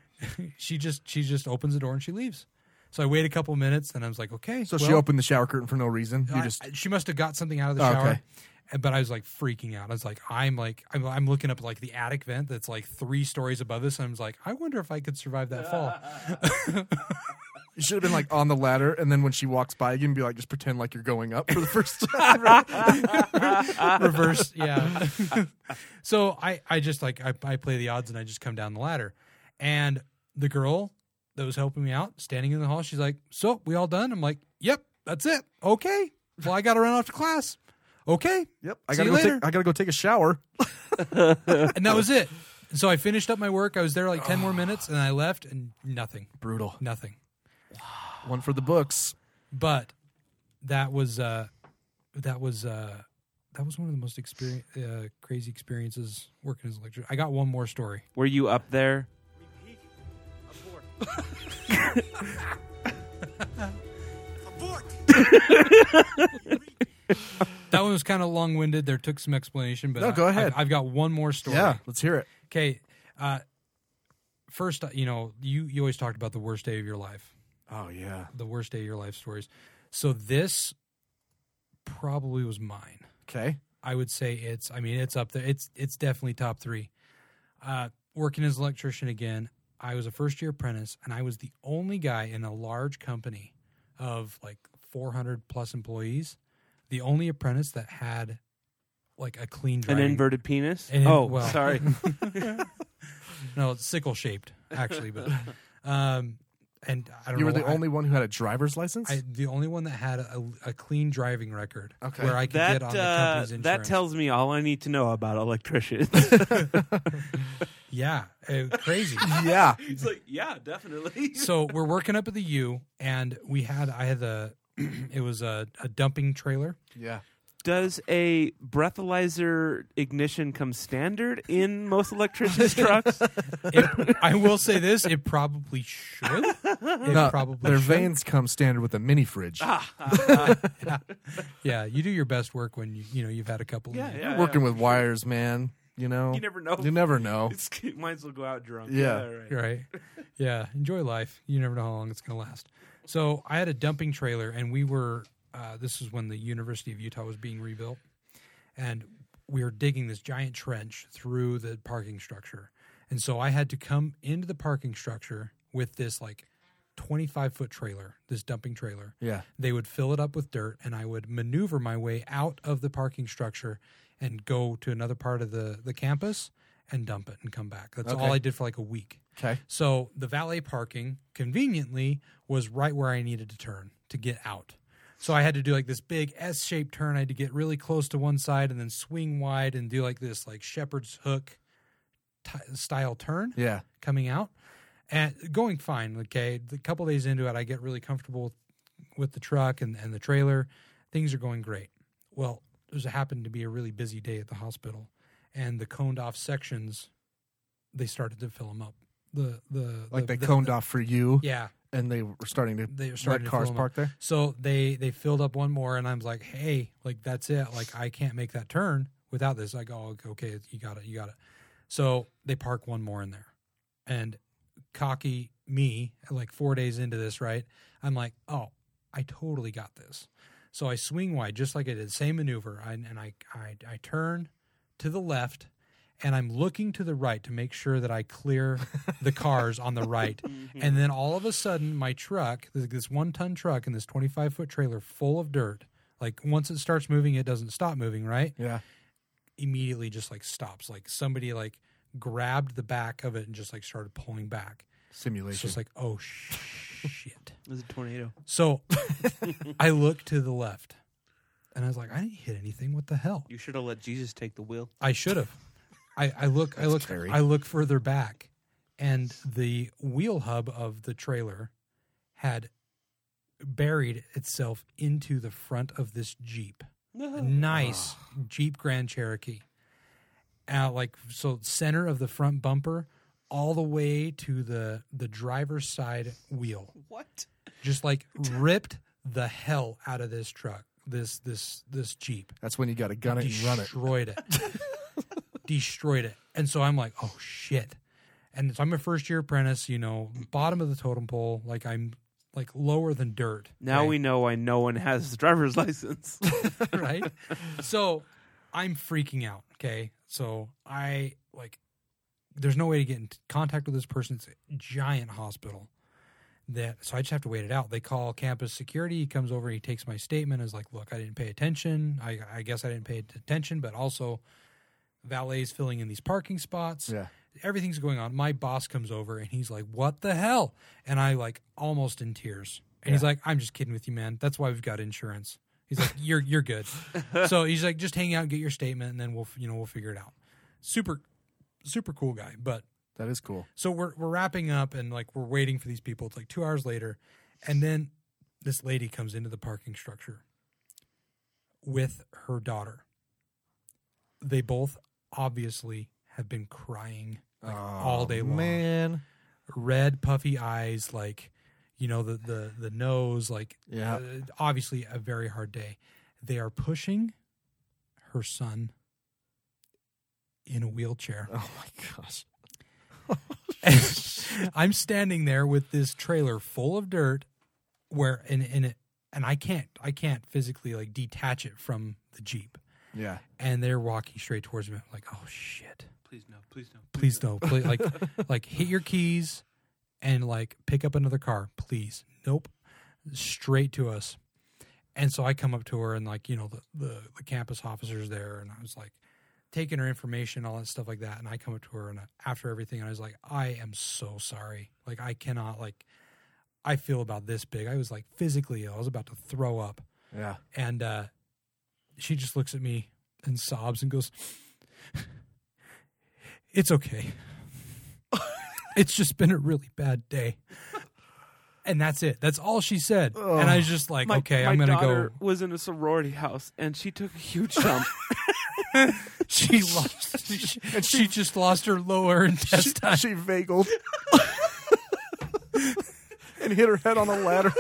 Speaker 8: she just she just opens the door and she leaves. So I wait a couple minutes and I was like, okay.
Speaker 6: So she
Speaker 8: well,
Speaker 6: opened the shower curtain for no reason. You
Speaker 8: I-
Speaker 6: just
Speaker 8: I- she must have got something out of the
Speaker 6: Oh,
Speaker 8: shower.
Speaker 6: okay.
Speaker 8: And- But I was like freaking out. I was like, I'm like, I'm, I'm looking up like the attic vent that's like three stories above us. And I was like, I wonder if I could survive that fall.
Speaker 6: you should have been like on the ladder, and then when she walks by again, be like, just pretend like you're going up for the first time.
Speaker 8: Reverse, yeah. so I, I just like, I, I play the odds and I just come down the ladder. And the girl that was helping me out, standing in the hall, she's like, So we all done? I'm like, Yep, that's it. Okay. Well, I got to run off to class. Okay.
Speaker 6: yep, I
Speaker 8: See
Speaker 6: gotta
Speaker 8: you
Speaker 6: go. Take,
Speaker 8: later.
Speaker 6: I gotta go take a shower.
Speaker 8: and
Speaker 6: Oh.
Speaker 8: that was it. And so I finished up my work. I was there like 10 more minutes and I left and nothing,
Speaker 6: Brutal.
Speaker 8: nothing.
Speaker 6: One for the books.
Speaker 8: But that was, uh, that was, uh, that was one of the most experience, uh, crazy experiences working as an electrician. I got one more story.
Speaker 7: were you up there
Speaker 8: That one was kind of long winded. There took some explanation, but
Speaker 6: No,
Speaker 8: I-
Speaker 6: go ahead.
Speaker 8: I, have got one more story.
Speaker 6: Yeah, let's hear it.
Speaker 8: Okay. Uh, first, uh, you know, you, you always talked about the worst day of your life.
Speaker 6: Oh yeah.
Speaker 8: the worst day of your life stories. So this probably was mine.
Speaker 6: Okay.
Speaker 8: I would say it's. I mean, it's up there. It's it's definitely top three. Uh, working as an electrician again, I was a first year apprentice, and I was the only guy in a large company of like 400 plus employees, the only apprentice that had like a clean
Speaker 7: an
Speaker 8: driving.
Speaker 7: inverted penis
Speaker 8: An in-
Speaker 7: oh
Speaker 8: well.
Speaker 7: sorry
Speaker 8: No, it's sickle shaped actually, but um, and I don't
Speaker 6: You
Speaker 8: know
Speaker 6: were the
Speaker 8: why-
Speaker 6: only one who had a driver's license.
Speaker 8: I, the only one that had a, a clean driving record.
Speaker 6: Okay.
Speaker 8: Where I could
Speaker 7: that
Speaker 8: get on the
Speaker 7: uh,
Speaker 8: company's
Speaker 7: that
Speaker 8: insurance.
Speaker 7: tells me all I need to know about electricians
Speaker 8: Yeah. uh, crazy.
Speaker 6: yeah.
Speaker 7: It's like, yeah, definitely.
Speaker 8: so we're working up at the U and we had, I had the, it was a, a dumping trailer.
Speaker 6: Yeah.
Speaker 7: Does a breathalyzer ignition come standard in most electricians' trucks?
Speaker 8: It, I will say this, it probably should. It
Speaker 6: No,
Speaker 8: probably
Speaker 6: their
Speaker 8: should.
Speaker 6: veins come standard with a mini fridge.
Speaker 8: Yeah. You do your best work when you, you know, you've had a couple.
Speaker 7: Yeah,
Speaker 8: of,
Speaker 7: yeah.
Speaker 6: Working with wires, man. You know.
Speaker 7: You never know.
Speaker 6: You never know.
Speaker 7: It's, mine's will go out drunk.
Speaker 6: Yeah.
Speaker 7: right.
Speaker 8: Right. Yeah. Enjoy life. You never know how long it's going to last. So I had a dumping trailer, and we were, uh, this is when the University of Utah was being rebuilt. And we were digging this giant trench through the parking structure. And so I had to come into the parking structure with this like 25 foot trailer, this dumping trailer.
Speaker 6: Yeah.
Speaker 8: They would fill it up with dirt, and I would maneuver my way out of the parking structure and go to another part of the, the campus and dump it and come back. That's all
Speaker 6: Okay.
Speaker 8: I did for like a week.
Speaker 6: Okay.
Speaker 8: So the valet parking conveniently was right where I needed to turn to get out. So I had to do like this big S shaped turn. I had to get really close to one side and then swing wide and do like this like shepherd's hook t- style turn
Speaker 6: Yeah.
Speaker 8: coming out and going fine. Okay, a couple days into it, I get really comfortable with, with the truck and, and the trailer. Things are going great. Well, there's happened to be a really busy day at the hospital, and the coned off sections, they started to fill them up. The the
Speaker 6: Like
Speaker 8: the,
Speaker 6: they
Speaker 8: the-
Speaker 6: coned
Speaker 8: the-
Speaker 6: off for you,
Speaker 8: Yeah,
Speaker 6: and they were starting to
Speaker 8: they started
Speaker 6: let
Speaker 8: to
Speaker 6: cars
Speaker 8: fill 'em
Speaker 6: parked
Speaker 8: up.
Speaker 6: there.
Speaker 8: So they they filled up one more, and I'm like, hey, like that's it. Like I can't make that turn without this. Like, oh, okay, you got it, you got it. So they park one more in there, and cocky me, like four days into this, right? I'm like, oh, I totally got this. So I swing wide, just like I did, same maneuver, I, and I, I I turn to the left, and I'm looking to the right to make sure that I clear the cars on the right. And then all of a sudden, my truck, this- this one ton truck and this 25 foot trailer full of dirt, like once it starts moving, it doesn't stop moving, right?
Speaker 6: Yeah.
Speaker 8: Immediately just like stops. Like somebody like grabbed the back of it and just like started pulling back. It's
Speaker 6: Simulation.
Speaker 8: just like, oh shit.
Speaker 7: It was a tornado.
Speaker 8: So I look to the left and I was like, I didn't hit anything. What the hell?
Speaker 7: You should have let Jesus take the wheel.
Speaker 8: I should have. I, I look. I look. I look further back, and the wheel hub of the trailer had buried itself into the front of this Jeep. A nice Jeep Grand Cherokee. Out like so, center of the front bumper, all the way to the the driver's side wheel
Speaker 7: What?
Speaker 8: just like ripped the hell out of this truck, this this this Jeep.
Speaker 6: That's when you got to gun it and run it.
Speaker 8: Destroyed it. Destroyed it. And so I'm like, oh shit. And so I'm a first year apprentice, you know, bottom of the totem pole, like I'm like lower than dirt.
Speaker 7: Now we know why no one has a driver's license.
Speaker 8: right? So I'm freaking out. Okay. So I like, there's no way to get in contact with this person. It's a giant hospital. That so I just have to wait it out. They call campus security. He comes over. He takes my statement. Is like, look, I didn't pay attention. I, I guess I didn't pay attention, but also valets filling in these parking spots
Speaker 6: Yeah.
Speaker 8: everything's going on. My boss comes over and he's like, "What the hell?" And I like almost in tears. And he's like, "I'm just kidding with you, man. That's why we've got insurance." He's like, "You're you're good." so he's like, "Just hang out, and get your statement, and then we'll f- you know we'll figure it out." Super, super cool guy. But
Speaker 6: That is cool.
Speaker 8: so we're we're wrapping up and like we're waiting for these people. It's like two hours later, and then this lady comes into the parking structure with her daughter. They both obviously have been crying like, all day long.
Speaker 6: Oh, Man.
Speaker 8: Red puffy eyes, like you know the the the nose, like
Speaker 6: Yeah.
Speaker 8: uh, obviously a very hard day. They are pushing her son in a wheelchair.
Speaker 6: Oh my gosh.
Speaker 8: I'm standing there with this trailer full of dirt where and and it, and I can't I can't physically like detach it from the Jeep.
Speaker 6: Yeah.
Speaker 8: And they're walking straight towards me. I'm like, oh shit.
Speaker 7: please no, please no.
Speaker 8: Please don't. Please, like like hit your keys and like pick up another car, please. Nope. Straight to us. And so I come up to her and like, you know, the, the, the campus officer's there and I was like taking her information, all that stuff like that. And I come up to her and uh, after everything, I was like, I am so sorry. Like I cannot like I feel about this big. I was like physically ill. I was about to throw up.
Speaker 6: Yeah.
Speaker 8: And uh, she just looks at me and sobs and goes, It's okay. it's just been a really bad day. And that's it. That's all she said. and I was just like,
Speaker 7: My,
Speaker 8: okay,
Speaker 7: my
Speaker 8: I'm going
Speaker 7: daughter
Speaker 8: to go.
Speaker 7: was in a sorority house and she took a huge dump.
Speaker 8: She lost. She, she just lost her lower intestine.
Speaker 6: She vagled. and hit her head on a ladder.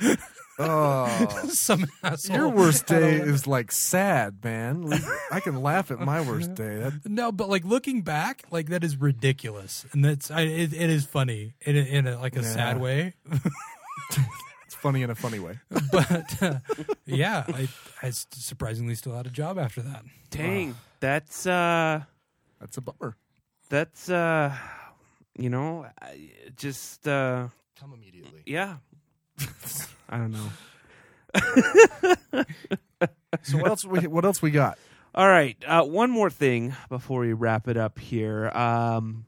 Speaker 6: oh.
Speaker 8: Some asshole.
Speaker 6: Your worst day is like sad, man. I can laugh at my worst day. That
Speaker 8: No, but like looking back, like that is ridiculous, and that's I, it, it is funny in a, in a, like a sad
Speaker 6: Yeah.
Speaker 8: way.
Speaker 6: It's funny in a funny way.
Speaker 8: but uh, yeah, I, I s- surprisingly still had a job after that.
Speaker 7: Dang. That's uh
Speaker 6: That's a bummer.
Speaker 7: that's uh you know, I- just uh
Speaker 10: Come immediately.
Speaker 7: yeah. I don't know.
Speaker 6: So what else? We, what else we got?
Speaker 7: All right. Uh, one more thing before we wrap it up here. Um,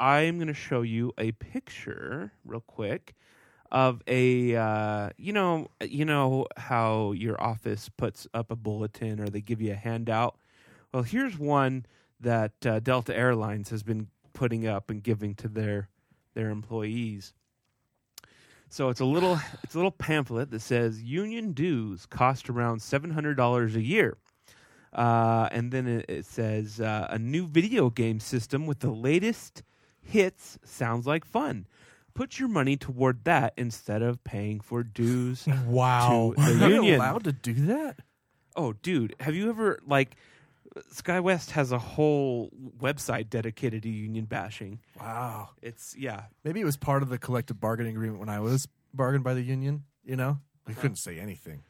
Speaker 7: I'm going to show you a picture real quick of a uh, you know you know how your office puts up a bulletin or they give you a handout Well, here's one that uh, Delta Airlines has been putting up and giving to their their employees. So it's a little it's a little pamphlet that says union dues cost around seven hundred dollars a year. Uh, and then it, it says uh, a new video game system with the latest hits sounds like fun. Put your money toward that instead of paying for dues
Speaker 8: Wow.
Speaker 7: to the
Speaker 6: Are you
Speaker 7: union.
Speaker 6: allowed to do that?
Speaker 7: Oh, dude, have you ever like Sky West has a whole website dedicated to union bashing.
Speaker 6: Wow.
Speaker 7: It's yeah.
Speaker 6: Maybe it was part of the collective bargaining agreement when I was bargained by the union. You know, I couldn't say anything.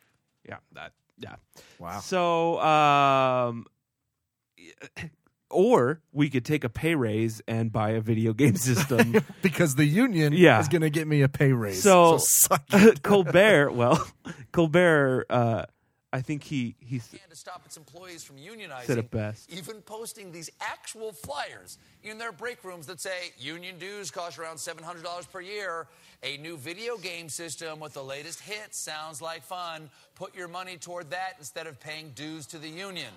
Speaker 7: Yeah, that yeah.
Speaker 6: Wow.
Speaker 7: So um or we could take a pay raise and buy a video game system.
Speaker 6: Because the union
Speaker 7: Yeah.
Speaker 6: is going to get me a pay raise.
Speaker 7: So-
Speaker 6: suck it.
Speaker 7: Colbert, well, Colbert uh I think he he s-
Speaker 11: to stop its employees from unionizing.
Speaker 7: Said it best.
Speaker 11: Even posting these actual flyers in their break rooms that say union dues cost around $700 per year. A new video game system with the latest hits sounds like fun. Put your money toward that instead of paying dues to the union.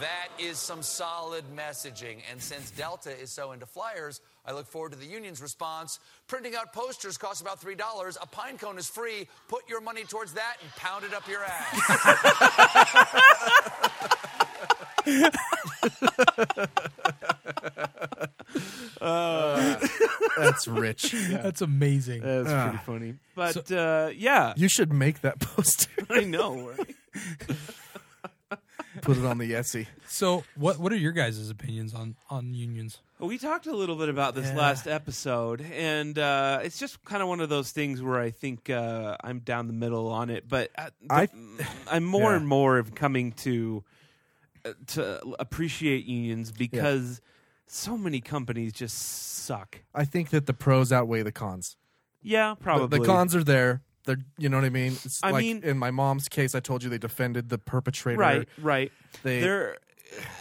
Speaker 11: That is some solid messaging. And since Delta is so into flyers, I look forward to the union's response. Printing out posters costs about $3. A pine cone is free. Put your money towards that and pound it up your ass.
Speaker 6: That's rich.
Speaker 8: That's amazing.
Speaker 7: that's pretty funny. But uh yeah,
Speaker 6: You should make that poster.
Speaker 7: I know. right?
Speaker 6: Put it on the Etsy.
Speaker 8: So, what what are your guys' opinions on on unions?
Speaker 7: We talked a little bit about this last episode, and uh, it's just kind of one of those things where I think uh, I'm down the middle on it, but I,
Speaker 6: I-
Speaker 7: am more
Speaker 6: Yeah.
Speaker 7: and more of coming to uh, to appreciate unions because so many companies just suck.
Speaker 6: I think that the pros outweigh the cons.
Speaker 7: Yeah,
Speaker 6: The-
Speaker 7: probably.
Speaker 6: The, cons are there. They're, you know what I mean? It's
Speaker 7: I
Speaker 6: like
Speaker 7: mean-
Speaker 6: in my mom's case, I told you they defended the perpetrator.
Speaker 7: right, right.
Speaker 6: They-
Speaker 7: there,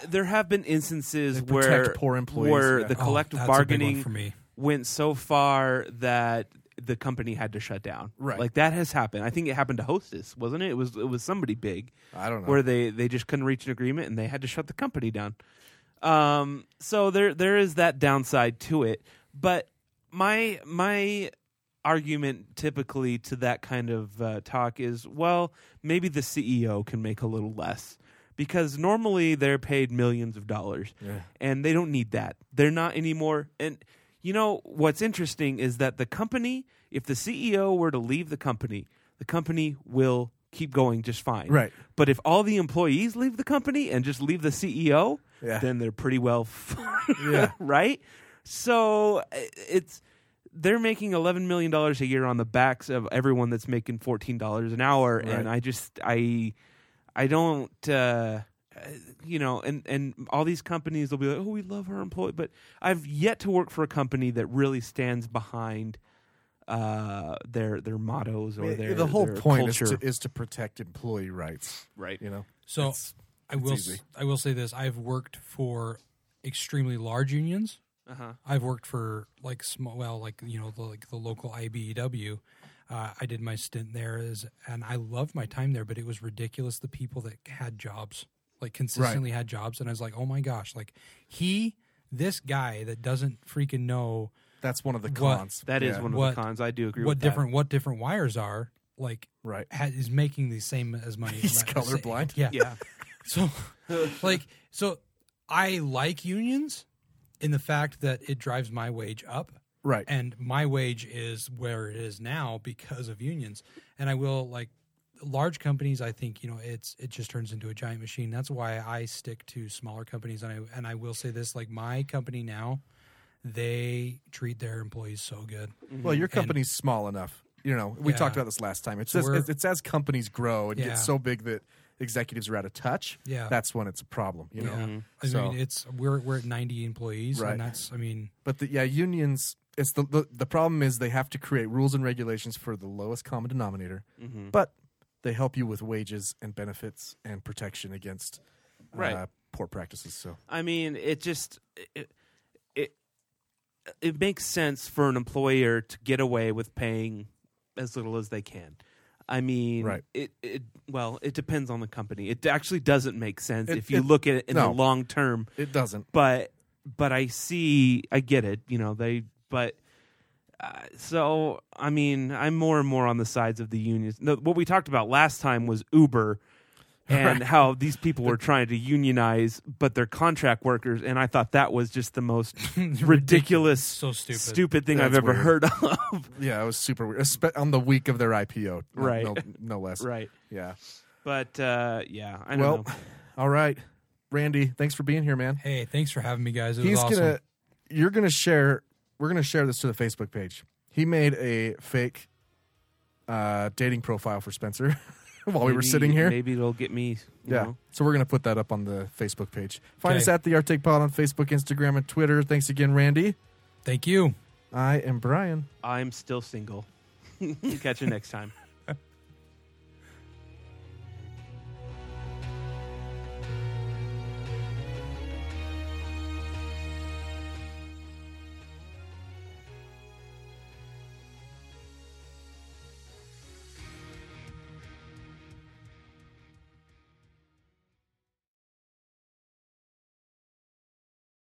Speaker 7: there have been instances
Speaker 6: They protect
Speaker 7: where
Speaker 6: poor employees,
Speaker 7: where
Speaker 6: yeah.
Speaker 7: the
Speaker 8: Oh,
Speaker 7: collective
Speaker 8: that's a big one
Speaker 7: bargaining
Speaker 8: for me.
Speaker 7: went so far that the company had to shut down.
Speaker 6: Right.
Speaker 7: Like that has happened. I think it happened to Hostess, wasn't it? It was it was somebody big
Speaker 6: I don't know.
Speaker 7: where they they just couldn't reach an agreement and they had to shut the company down. Um so there there is that downside to it, but my my argument typically to that kind of uh, talk is well, maybe the CEO can make a little less because normally they're paid millions of dollars and they don't need that. They're not anymore. And you know what's interesting is that the company, if the CEO were to leave the company, the company will keep going just fine.
Speaker 6: Right.
Speaker 7: But if all the employees leave the company and just leave the CEO,
Speaker 6: Yeah.
Speaker 7: then they're pretty well, f-
Speaker 6: Yeah.
Speaker 7: right? So i- it's they're making eleven million dollars a year on the backs of everyone that's making fourteen dollars an hour,
Speaker 6: Right.
Speaker 7: and I just I I don't. Uh, you know, and and all these companies will be like, "Oh, we love our employee," but I've yet to work for a company that really stands behind uh, their their mottos or their
Speaker 6: the whole
Speaker 7: their
Speaker 6: point is
Speaker 7: culture.
Speaker 6: to, is to protect employee rights.
Speaker 7: Right.
Speaker 6: You know?
Speaker 8: So, I will
Speaker 6: it's
Speaker 8: s-
Speaker 6: easy.
Speaker 8: I will say this: I've worked for extremely large unions.
Speaker 7: Uh-huh.
Speaker 8: I've worked for like small, well, like you know, the, like the local IBEW. Uh, I did my stint there, as, and I loved my time there, but it was ridiculous. The people that had jobs, like consistently had jobs, and I was like, oh my gosh, like he, this guy that doesn't freaking know
Speaker 6: That's one of the
Speaker 8: What-
Speaker 6: cons.
Speaker 7: That is
Speaker 6: Yeah.
Speaker 7: one of
Speaker 8: What-
Speaker 7: the cons. I do agree.
Speaker 8: what
Speaker 7: with that.
Speaker 8: different what different wires are. Like
Speaker 6: Right.
Speaker 8: ha- is making the same as money.
Speaker 6: He's colorblind.
Speaker 8: Yeah. yeah. So, like, so I like unions in the fact that it drives my wage up,
Speaker 6: Right.
Speaker 8: and my wage is where it is now because of unions. And I will like large companies. I think you know it's it just turns into a giant machine. That's why I stick to smaller companies. And I and I will say this: like my company now, they treat their employees so good.
Speaker 6: Well, your company's small enough. You know, we
Speaker 8: Mm-hmm. Yeah.
Speaker 6: talked about this last time. It's
Speaker 8: So
Speaker 6: just
Speaker 8: we're-
Speaker 6: it's, it's as companies grow and
Speaker 8: Yeah.
Speaker 6: get so big that executives are out of touch.
Speaker 8: Yeah.
Speaker 6: that's when it's a problem. You know,
Speaker 8: Yeah. I
Speaker 6: So-
Speaker 8: mean, it's we're we're at ninety employees,
Speaker 6: Right.
Speaker 8: and that's I mean,
Speaker 6: but the, yeah, unions. It's the, the the problem is they have to create rules and regulations for the lowest common denominator,
Speaker 8: Mm-hmm.
Speaker 6: but they help you with wages and benefits and protection against
Speaker 7: Right.
Speaker 6: uh, poor practices. So
Speaker 7: I mean, it just it, it it makes sense for an employer to get away with paying as little as they can. I mean,
Speaker 6: Right.
Speaker 7: it, it well, it depends on the company. It actually doesn't make sense
Speaker 6: It-
Speaker 7: if you
Speaker 6: it-
Speaker 7: look at it in the
Speaker 6: no.
Speaker 7: long term.
Speaker 6: It doesn't.
Speaker 7: But but I see, I get it. You know, they but uh, so I mean, I'm more and more on the sides of the unions. No, what we talked about last time was Uber. And how these people were trying to unionize, but they're contract workers, and I thought that was just the most ridiculous,
Speaker 8: So stupid.
Speaker 7: thing I've
Speaker 6: That's
Speaker 7: ever
Speaker 6: weird.
Speaker 7: heard of.
Speaker 6: Yeah, it was super weird. Espe- on the week of their IPO. No,
Speaker 7: Right.
Speaker 6: No, no less.
Speaker 7: right,
Speaker 6: Yeah.
Speaker 7: but uh, yeah, I don't
Speaker 6: Well,
Speaker 7: know.
Speaker 6: all right. Randy, thanks for being here, man.
Speaker 8: Hey, thanks for having me, guys. It was
Speaker 6: He's
Speaker 8: awesome.
Speaker 6: gonna you're gonna share we're gonna share this to the Facebook page. He made a fake uh, dating profile for Spencer while we were
Speaker 7: Maybe-
Speaker 6: sitting here.
Speaker 7: Maybe it'll get me. You
Speaker 6: Yeah.
Speaker 7: Know.
Speaker 6: So we're going to put that up on the Facebook page. Find
Speaker 8: Okay.
Speaker 6: us at the Arctic Pod on Facebook, Instagram, and Twitter. Thanks again, Randy.
Speaker 8: Thank you.
Speaker 6: I am Brian.
Speaker 7: I'm still single. Catch you next time.